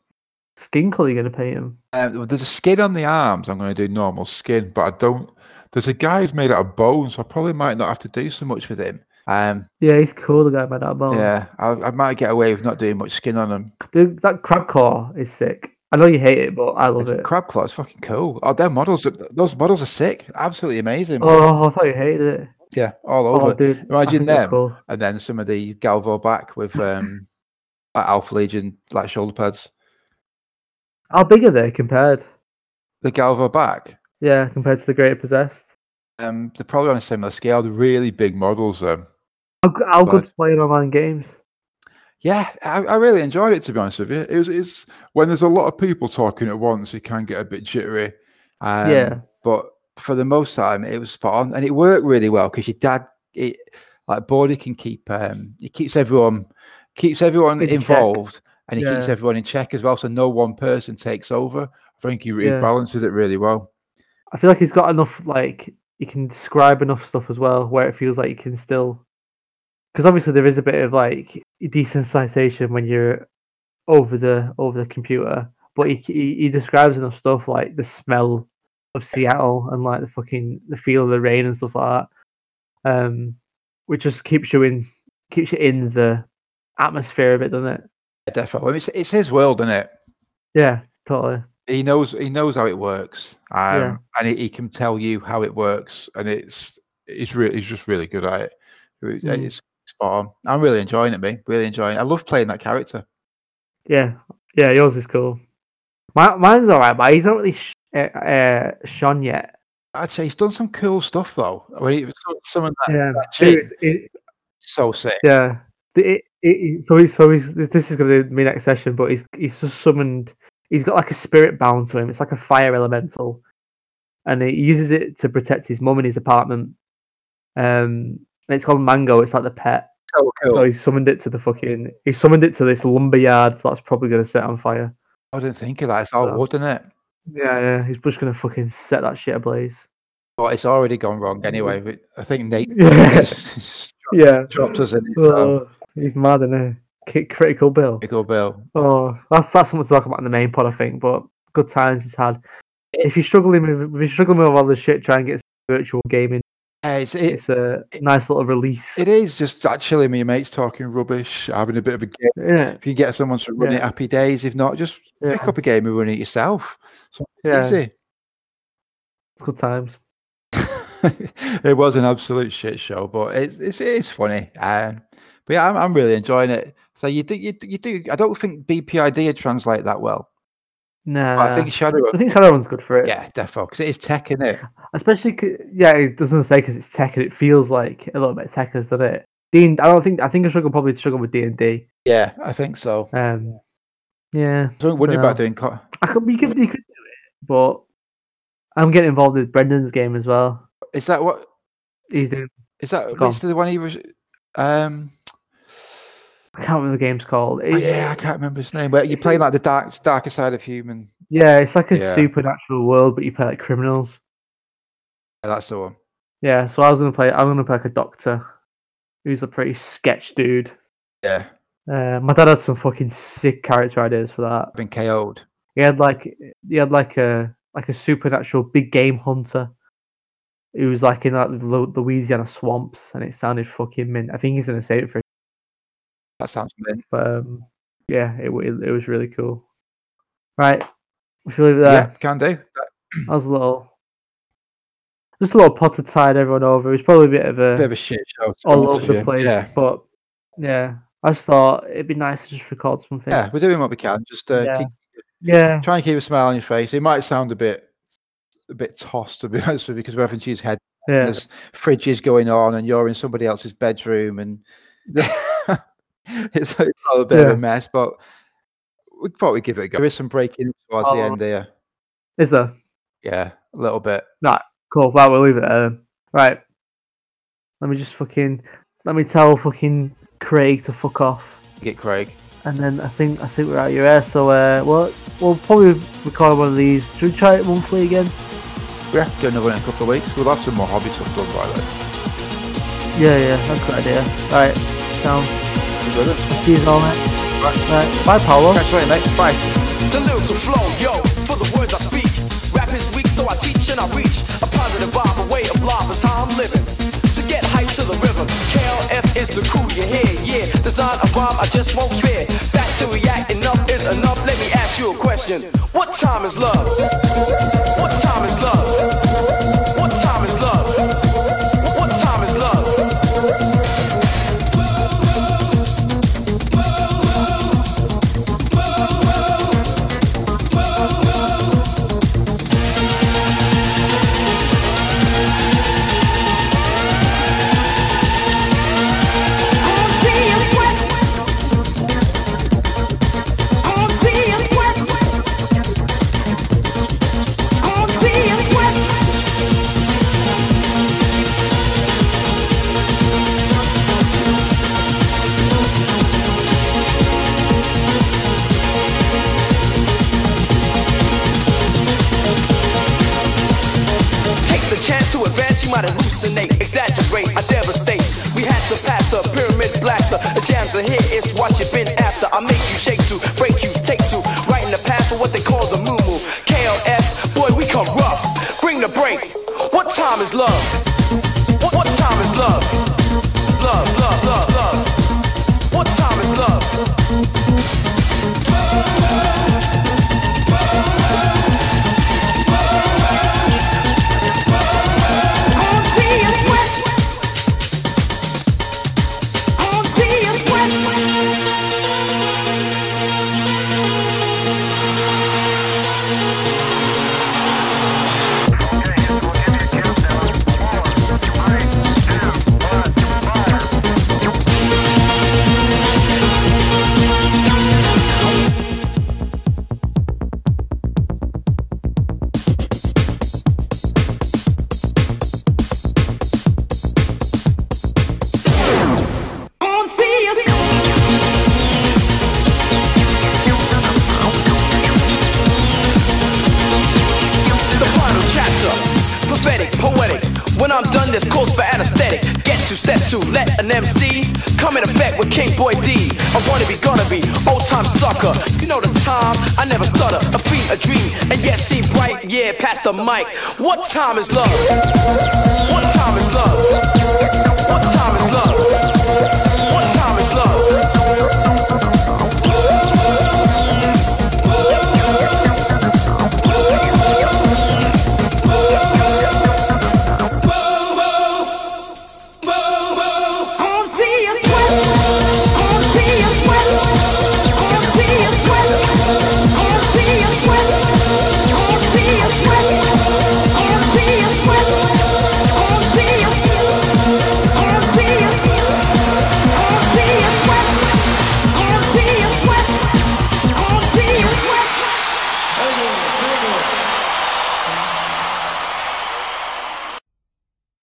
Speaker 1: Skin color you're gonna paint them.
Speaker 2: Um, there's a skin on the arms. I'm going to do normal skin, but I don't. There's a guy who's made out of bone, so I probably might not have to do so much with him. Um,
Speaker 1: Yeah, he's cool. The guy by that bone.
Speaker 2: Yeah, I, I might get away with not doing much skin on them.
Speaker 1: Dude, that crab claw is sick. I know you hate it, but I love
Speaker 2: It's-
Speaker 1: it.
Speaker 2: Crab claw is fucking cool. Oh, their models, are- those models are sick. Absolutely amazing.
Speaker 1: Oh, I thought you hated it.
Speaker 2: Yeah, all over.
Speaker 1: Oh, dude, I
Speaker 2: Imagine
Speaker 1: think they're
Speaker 2: them.
Speaker 1: Cool.
Speaker 2: and then some of the Galvo back with um like Alpha Legion like shoulder pads.
Speaker 1: How big are they compared?
Speaker 2: The Galvo back,
Speaker 1: Yeah, compared to the Greater Possessed.
Speaker 2: um, they're probably on a similar scale. They're really big models. Um,
Speaker 1: How, g- how good's
Speaker 2: Bad.
Speaker 1: playing online games?
Speaker 2: yeah, I, I really enjoyed it to be honest with you. It was it's when there's a lot of people talking at once, it can get a bit jittery. Um,
Speaker 1: Yeah.
Speaker 2: but for the most time, it was spot on and it worked really well because your dad, it like Bordy can keep um, it keeps everyone keeps everyone
Speaker 1: In check.
Speaker 2: involved. And he keeps
Speaker 1: Yeah.
Speaker 2: everyone in check as well, so no one person takes over. I think he, he
Speaker 1: Yeah.
Speaker 2: balances it really well.
Speaker 1: I feel like he's got enough, like, he can describe enough stuff as well where it feels like you can still. Because obviously there is a bit of, like, desensitization when you're over the over the computer, but he, he, he describes enough stuff like the smell of Seattle and like the fucking the feel of the rain and stuff like that, um, which just keeps you in keeps you in the atmosphere a bit, doesn't it?
Speaker 2: Yeah, definitely. I mean, it's, it's his world, isn't it?
Speaker 1: Yeah, totally.
Speaker 2: He knows he knows how it works, um,
Speaker 1: Yeah.
Speaker 2: and he, he can tell you how it works, and it's it's really he's just really good at it. Re- uh,
Speaker 1: Mm.
Speaker 2: It's spot on. I'm really enjoying it, mate. Really enjoying. it. I love playing that character.
Speaker 1: Yeah, yeah, yours is cool. My, mine's all right, but he's not really sh- uh, uh, shone yet.
Speaker 2: I'd say he's done some cool stuff though. I mean, he- some- some of that
Speaker 1: Yeah,
Speaker 2: that
Speaker 1: Uh, it-
Speaker 2: shit,
Speaker 1: it-
Speaker 2: so sick.
Speaker 1: yeah. The- it- it- it- so he's so he's this is gonna be next session, but he's he's just summoned. He's got like a spirit bound to him. It's like a fire elemental, and he uses it to protect his mum in his apartment. Um, and it's called Mango. It's like the pet.
Speaker 2: So cool.
Speaker 1: So he summoned it to the fucking. He summoned it to this lumberyard. So that's probably gonna set on fire.
Speaker 2: I didn't think of that. It's all
Speaker 1: So-
Speaker 2: wood, isn't it?
Speaker 1: Yeah, yeah. He's just gonna fucking set that shit ablaze.
Speaker 2: But it's already gone wrong anyway. but I think Nate
Speaker 1: Mm-hmm. Yeah.
Speaker 2: just
Speaker 1: Yeah.
Speaker 2: dropped us in. So.
Speaker 1: Oh, he's mad, isn't he? Kick critical Bill.
Speaker 2: Pickle Bill.
Speaker 1: Oh, that's that's something to talk about in the main pod, I think. But good times he's had. If you're struggling with if you're struggling with all this shit, try and get some virtual gaming.
Speaker 2: Yeah, it's, it,
Speaker 1: It's a nice little release.
Speaker 2: It is just that chilling with your mates talking rubbish, having a bit of a game.
Speaker 1: Yeah,
Speaker 2: If you get someone to run it
Speaker 1: Yeah.
Speaker 2: happy days, if not, just pick
Speaker 1: yeah,
Speaker 2: up a game and run it yourself. So
Speaker 1: yeah.
Speaker 2: easy.
Speaker 1: Good times.
Speaker 2: it was an absolute shit show, but it, it's it is funny. Um, but yeah, I'm, I'm really enjoying it. So you do you, do- you do. I don't think BPID would translate that well.
Speaker 1: Nah,
Speaker 2: But I
Speaker 1: Uh.
Speaker 2: think Shadow.
Speaker 1: I think Shadowrun's good for it.
Speaker 2: Yeah, defo, because it is tech in it.
Speaker 1: especially 'cause- yeah, it doesn't say because it's tech and it feels like a little bit techers, doesn't it? Dean, I don't think I think I struggle probably struggle with D and D.
Speaker 2: Yeah, I think so.
Speaker 1: Um, yeah,
Speaker 2: So what are you
Speaker 1: dunno.
Speaker 2: about doing? Co-
Speaker 1: I could you could you could do it, but I'm getting involved with Brendan's game as well.
Speaker 2: Is that what?
Speaker 1: He's doing.
Speaker 2: Is that
Speaker 1: Go on.
Speaker 2: is the one he was? Um,
Speaker 1: I can't remember the game's called.
Speaker 2: Oh,
Speaker 1: It-
Speaker 2: yeah, I can't remember his name. But you play like the dark, darker side of human.
Speaker 1: yeah, it's like a
Speaker 2: Yeah.
Speaker 1: supernatural world, but you play like criminals.
Speaker 2: Yeah, that's the one.
Speaker 1: Yeah, so I was gonna play. I'm gonna play like a doctor, who's a pretty sketch dude.
Speaker 2: Yeah,
Speaker 1: Uh, my dad had some fucking sick character ideas for that.
Speaker 2: I've been KO'd.
Speaker 1: He had like he had like a like a supernatural big game hunter who was like in like the Lu- Louisiana swamps, and it sounded fucking mint. I think he's gonna save it for
Speaker 2: That sounds mint.
Speaker 1: But um, yeah, it, wa- it was really cool. Right, we should leave it there.
Speaker 2: Yeah, can do.
Speaker 1: That was a little, just a little potter tied everyone over. It was probably a bit of a
Speaker 2: Bit of a shit show. to be
Speaker 1: all
Speaker 2: honest
Speaker 1: over
Speaker 2: with
Speaker 1: the
Speaker 2: you.
Speaker 1: place,
Speaker 2: Yeah,
Speaker 1: but yeah, I just thought it'd be nice to just record something.
Speaker 2: yeah, we're doing what we can. Just uh,
Speaker 1: Yeah.
Speaker 2: keep,
Speaker 1: yeah.
Speaker 2: try and keep a smile on your face. It might sound a bit, a bit tossed to be honest with you, because we're having to use head.
Speaker 1: yeah.
Speaker 2: There's fridges going on, and you're in somebody else's bedroom, and it's, it's all a bit of
Speaker 1: Yeah.
Speaker 2: a mess. But we thought we'd give it a go. There is some breaking up towards the
Speaker 1: Oh.
Speaker 2: end there.
Speaker 1: Is there?
Speaker 2: Yeah, a little bit.
Speaker 1: Cool. Right, we'll leave it there. then. Right. Let me just fucking let me tell fucking Craig to fuck off,
Speaker 2: Get Craig.
Speaker 1: and then I think I think we're out of your air. So uh, we'll we'll probably record one of these. Should we try it monthly again?
Speaker 2: Yeah, do another one in a couple of weeks. We'll have some more hobby stuff done by then.
Speaker 1: Yeah, yeah, that's a good idea. Right, sound.
Speaker 2: You got it?
Speaker 1: See you all, mate. Right, bye, Paolo.
Speaker 2: Catch you later, mate. Bye.
Speaker 4: The lyrics will flow, yo, for the words I speak. Rap is weak, so I teach and I reach. A positive vibe, a way of life is how I'm living. So get hyped to the rhythm. KLF is the crew you hear, yeah. Design a rhyme, I just won't fear. Back to react, enough is enough. Let me ask you a question. What time is love? What time is love? What time is love? What time is love? Take the chance to advance, you might hallucinate, exaggerate, I devastate. We had to pass the pyramid blaster. The jams are here, it's what you've been after. I make you shake to, break you, take to, right in the path for what they call the moo moo. KLF, boy, we come rough. Bring the break. What time is love? What, what time is love? Love, love, love, love. What time is love? the final chapter. Prophetic, poetic. When I'm done, this calls for anesthetic. Get to step two, let an MC come in effect with King Boy D. I wanna be, gonna be, old time sucker. You know the time, I never stutter. A beat, a dream, and yet seem bright. Yeah, past the mic. What time is love? What time is love? What time is love?